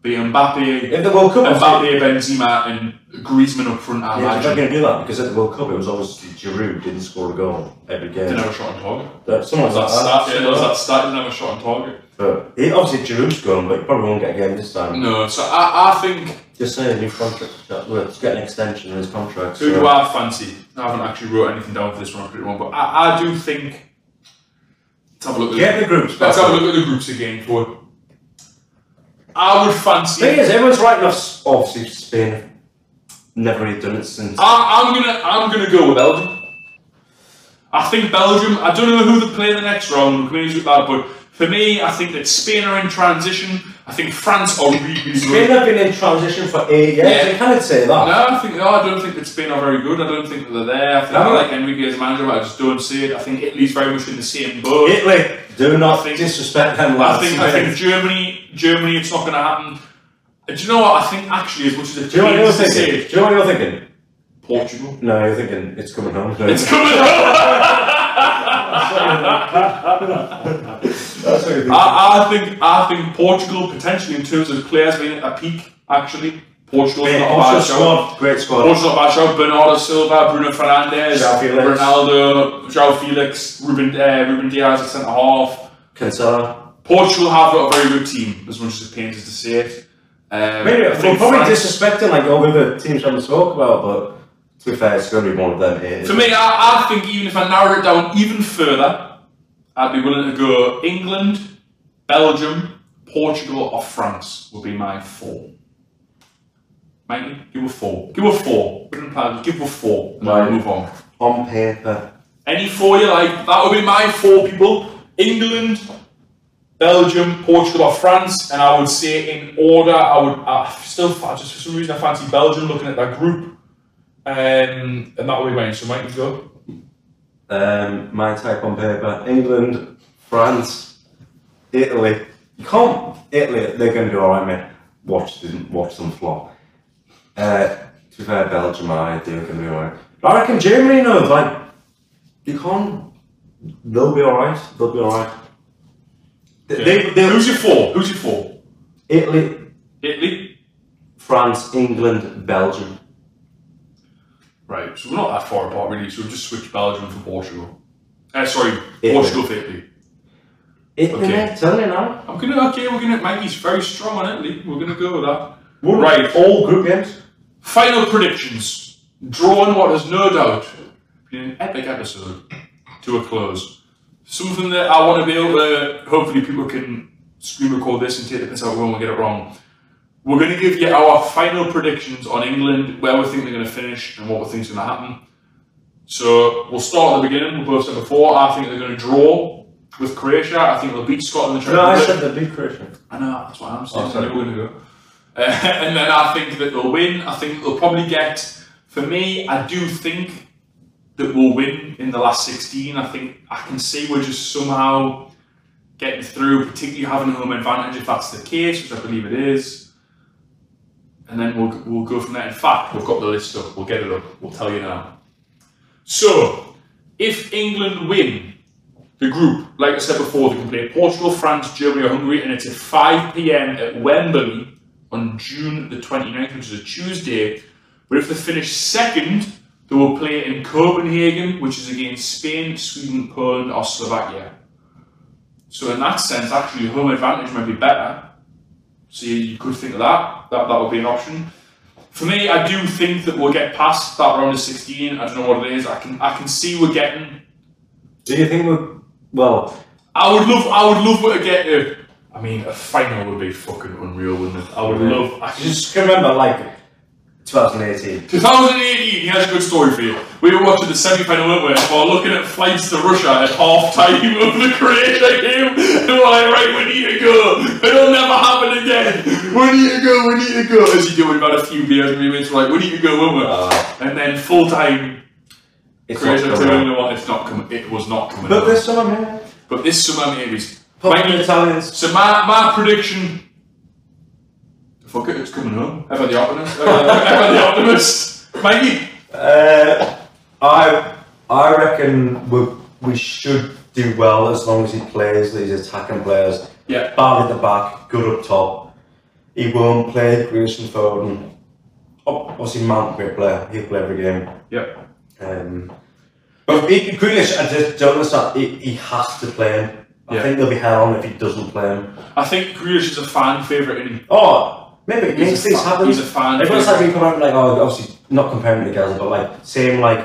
[SPEAKER 2] be Mbappe,
[SPEAKER 3] If the World Cup, was-
[SPEAKER 2] Mbappe, Benzema, and Griezmann up front. I
[SPEAKER 3] yeah, they're not
[SPEAKER 2] imagine.
[SPEAKER 3] going to do that because at the World Cup, it was obviously Giroud didn't score a goal every game.
[SPEAKER 2] Didn't have a shot on target.
[SPEAKER 3] That- Someone
[SPEAKER 2] That
[SPEAKER 3] like
[SPEAKER 2] stat,
[SPEAKER 3] that.
[SPEAKER 2] yeah, that was that stat. Didn't have a shot on target.
[SPEAKER 3] But he, obviously Giroud's gone, but he probably won't get a game this time.
[SPEAKER 2] No, so I, I think
[SPEAKER 3] Just saying, a new contract. Well, it's got an extension in his contract.
[SPEAKER 2] Who
[SPEAKER 3] so-
[SPEAKER 2] do I fancy? I haven't actually wrote anything down for this one, pretty one, but I, I do think. Let's have a look at
[SPEAKER 3] Get the groups.
[SPEAKER 2] Let's have a
[SPEAKER 3] back.
[SPEAKER 2] look at the groups again for it. I would fancy.
[SPEAKER 3] Thing is, everyone's writing off. s- Obviously, Spain have never really done it since.
[SPEAKER 2] I, I'm gonna I'm gonna go with Belgium. I think Belgium. I don't know who they play in the next round. We can manage with that, but for me, I think that Spain are in transition. I think France are really good.
[SPEAKER 3] Spain have been in transition for eight years.
[SPEAKER 2] Yeah.
[SPEAKER 3] You can't say that.
[SPEAKER 2] No, I think no, I don't think that Spain are very good. I don't think that they're there. I think I like Enrique as a manager, but I just don't see it. I think Italy's very much in the same boat.
[SPEAKER 3] Italy, do not
[SPEAKER 2] I think-
[SPEAKER 3] disrespect them.
[SPEAKER 2] I
[SPEAKER 3] Lads.
[SPEAKER 2] think I think Germany Germany it's not going to happen. Do you know what I think? Actually, as much as it
[SPEAKER 3] Do you know what you're
[SPEAKER 2] pains to
[SPEAKER 3] thinking?
[SPEAKER 2] say,
[SPEAKER 3] Do you know what you're thinking?
[SPEAKER 2] Portugal.
[SPEAKER 3] No, you're thinking it's coming home. No,
[SPEAKER 2] It's coming up.
[SPEAKER 3] That's what you're thinking.
[SPEAKER 2] I, I think I think Portugal potentially in terms of players being at a peak. Actually, Portugal's
[SPEAKER 3] Great
[SPEAKER 2] not a bad show.
[SPEAKER 3] squad. Great squad.
[SPEAKER 2] Portugal not a bad show. Bernardo Silva, Bruno Fernandes,
[SPEAKER 3] João Felix.
[SPEAKER 2] Ronaldo, João Felix, Ruben uh, Ruben Diaz at centre half.
[SPEAKER 3] Cancelo.
[SPEAKER 2] Portugal have got a very good team. As much as it pains us to say it. Um,
[SPEAKER 3] Maybe
[SPEAKER 2] I
[SPEAKER 3] we're
[SPEAKER 2] think
[SPEAKER 3] probably
[SPEAKER 2] France-
[SPEAKER 3] disrespecting like all the other teams we haven't spoke about, but to be fair, it's going to be one of them. Here.
[SPEAKER 2] For me, I, I think even if I narrow it down even further, I'd be willing to go England, Belgium, Portugal, or France would be my four. Matey, give a four. Give a four. Wouldn't plan, give a four, and
[SPEAKER 3] Right.
[SPEAKER 2] then move on.
[SPEAKER 3] on paper.
[SPEAKER 2] Any four you like. That would be my four people. England, Belgium, Portugal, or France. And I would say in order, I would I still I just for some reason I fancy Belgium looking at that group. Um, and that would be mine. So might go.
[SPEAKER 3] Um, my type on paper: England, France, Italy. You can't Italy. They're going to do all right, mate. Watch them, watch them flop. Uh, to be fair, Belgium, I they're going to be all right. But I reckon Germany, no, like you can't. They'll be all right. They'll be all right. They, they, they,
[SPEAKER 2] Who's your four? Who's your four?
[SPEAKER 3] Italy,
[SPEAKER 2] Italy.
[SPEAKER 3] France, England, Belgium.
[SPEAKER 2] Right, so we're not that far apart really, so we've just switched Belgium for Portugal. Uh, sorry,
[SPEAKER 3] Italy.
[SPEAKER 2] Portugal for Italy.
[SPEAKER 3] Italy,
[SPEAKER 2] Okay.
[SPEAKER 3] mate, telling you now.
[SPEAKER 2] I'm gonna, okay, we're gonna, Mikey's very strong on Italy, we're gonna go with that.
[SPEAKER 3] Won
[SPEAKER 2] Right.
[SPEAKER 3] all group games.
[SPEAKER 2] Final predictions. Drawing what has no doubt been an epic episode to a close. Something that I want to be able to, hopefully, people can screen record this and take the piss out when we get it wrong. We're going to give you our final predictions on England, where we think they're going to finish, and what we think's going to happen. So we'll start at the beginning. We both said before, I think they're going to draw with Croatia. I think they'll beat Scotland. and Czech
[SPEAKER 3] No, I
[SPEAKER 2] Republic.
[SPEAKER 3] said the big Croatian.
[SPEAKER 2] I know, that's what I'm saying.
[SPEAKER 3] Oh, sorry.
[SPEAKER 2] We're gonna go. Uh, and then I think that they'll win. I think they'll probably get. For me, I do think that we'll win in the last 16. I think I can see we're just somehow getting through, particularly having home advantage if that's the case, which I believe it is. And then we'll, we'll go from there. In fact, we've got the list up. We'll get it up. We'll tell you now. So, if England win the group, like I said before, they can play Portugal, France, Germany, or Hungary, and it's at 5 pm at Wembley on June the 29th, which is a Tuesday. But if they finish second, they will play in Copenhagen, which is against Spain, Sweden, Poland, or Slovakia. So, in that sense, actually, home advantage might be better. So, you, you could think of that. that. That would be an option. For me, I do think that we'll get past that round of 16. I don't know what it is. I can, I can see we're getting
[SPEAKER 3] Do you think we're well?
[SPEAKER 2] I would love, I would love what to get if. I mean, a final would be fucking unreal, wouldn't it? I would love. I just,
[SPEAKER 3] Just remember, like 2018.
[SPEAKER 2] 2018, he has a good story for you. We were watching the semi-final, weren't we? While looking at flights to Russia at half-time of the Croatia game, and we're like, right, we need to go. It'll never happen again. We need to go. We need to go. As you do, we've had a few beers, and we mates were like, we need to go, won't we? and then full-time
[SPEAKER 3] Uh, It's not
[SPEAKER 2] Croatia
[SPEAKER 3] coming.
[SPEAKER 2] turning on. It's not coming. It was not coming.
[SPEAKER 3] But
[SPEAKER 2] on.
[SPEAKER 3] there's some here.
[SPEAKER 2] but this summer, maybe. is-
[SPEAKER 3] Fucking
[SPEAKER 2] Might-
[SPEAKER 3] Italians.
[SPEAKER 2] So my, my prediction. Fuck it, it's coming home. Ever the optimist. Ever, ever the optimist. Mikey.
[SPEAKER 3] Uh, I I reckon we we should do well as long as he plays these attacking players.
[SPEAKER 2] Yeah.
[SPEAKER 3] Bad at the back, good up top. He won't play Grayson Foden. Ob- Obviously, Mount great player. He'll play every game.
[SPEAKER 2] Yep.
[SPEAKER 3] Um, but he, Grealish, I just don't understand. He, he has to play him. I
[SPEAKER 2] Yeah.
[SPEAKER 3] think they'll be hell on if he doesn't play him.
[SPEAKER 2] I think Grealish is a fan favourite in
[SPEAKER 3] Oh, maybe it
[SPEAKER 2] He's
[SPEAKER 3] makes
[SPEAKER 2] a
[SPEAKER 3] things
[SPEAKER 2] fa-
[SPEAKER 3] happen.
[SPEAKER 2] he's a fan
[SPEAKER 3] Everyone's like
[SPEAKER 2] favourite.
[SPEAKER 3] been coming out like, oh, obviously not comparing to Gaza, but like same like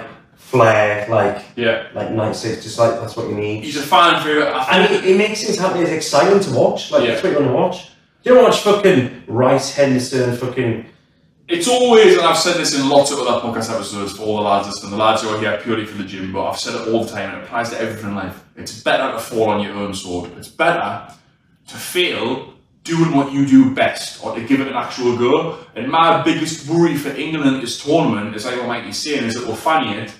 [SPEAKER 3] flair, like
[SPEAKER 2] Yeah.
[SPEAKER 3] like night six, just like that's what you need.
[SPEAKER 2] He's a fan favourite. I
[SPEAKER 3] and
[SPEAKER 2] think
[SPEAKER 3] he, he makes things happen. It's exciting to watch. Like
[SPEAKER 2] Yeah.
[SPEAKER 3] that's what you want to watch. You don't watch fucking Rice Henderson, fucking
[SPEAKER 2] it's always, and I've said this in lots of other podcast episodes for all the lads listening, the lads who are here purely for the gym, but I've said it all the time, and it applies to everything in life. It's better to fall on your own sword. It's better to fail doing what you do best or to give it an actual go. And my biggest worry for England at this tournament is like what Mikey's saying is that we'll fanny it,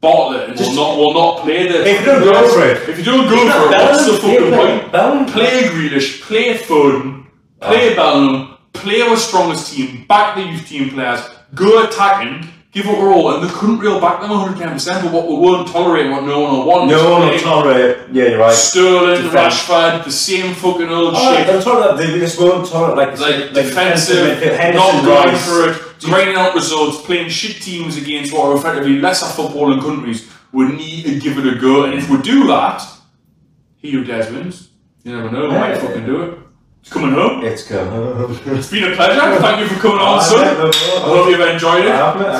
[SPEAKER 2] bottle it, and we'll
[SPEAKER 3] Just-
[SPEAKER 2] not we'll not play the
[SPEAKER 3] If you don't go for it.
[SPEAKER 2] If you don't go for it, what's the fucking point?
[SPEAKER 3] Bellingham.
[SPEAKER 2] Play Grealish, play Foden, play Bellingham, play our strongest team, back the youth team players, go attacking, give it a roll, and they couldn't reel back them 110%, but what we won't tolerate, what no one will want, is
[SPEAKER 3] No one will
[SPEAKER 2] playing
[SPEAKER 3] tolerate. Yeah, you're right.
[SPEAKER 2] Sterling,
[SPEAKER 3] Defend.
[SPEAKER 2] Rashford, the same fucking old
[SPEAKER 3] Alright,
[SPEAKER 2] shit.
[SPEAKER 3] I'm talking about they just won't tolerate
[SPEAKER 2] Like,
[SPEAKER 3] like, Oh, like
[SPEAKER 2] defensive,
[SPEAKER 3] defensive midfield,
[SPEAKER 2] not
[SPEAKER 3] Henderson,
[SPEAKER 2] going
[SPEAKER 3] Rice.
[SPEAKER 2] for it, grinding out results, playing shit teams against what are effectively lesser footballing countries. We need to give it a go, and if we do that, he who dares wins. You never know, we might
[SPEAKER 3] Yeah.
[SPEAKER 2] fucking do it. It's coming home.
[SPEAKER 3] It's good.
[SPEAKER 2] It's been a pleasure. Thank you for coming on, son. I hope you've enjoyed it.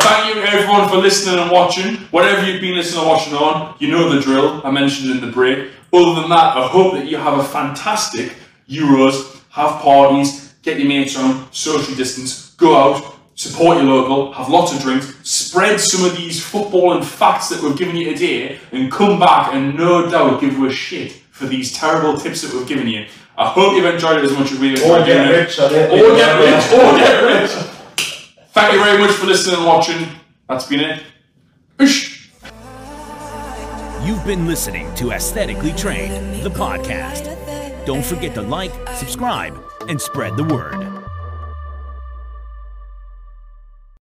[SPEAKER 2] Thank you everyone for listening and watching. Whatever you've been listening or watching on, you know the drill I mentioned in the break. Other than that, I hope that you have a fantastic Euros, have parties, get your mates around, social distance, go out, support your local, have lots of drinks, spread some of these football and facts that we've given you today, and come back and no doubt give you a shit for these terrible tips that we've given you. I hope you've enjoyed it as much as we have
[SPEAKER 3] Or get Oh, rich, I don't
[SPEAKER 2] or get rich, or get rich. Thank you very much for listening and watching. That's been it. Oosh.
[SPEAKER 1] You've been listening to Aesthetically Trained, the podcast. Don't forget to like, subscribe, and spread the word.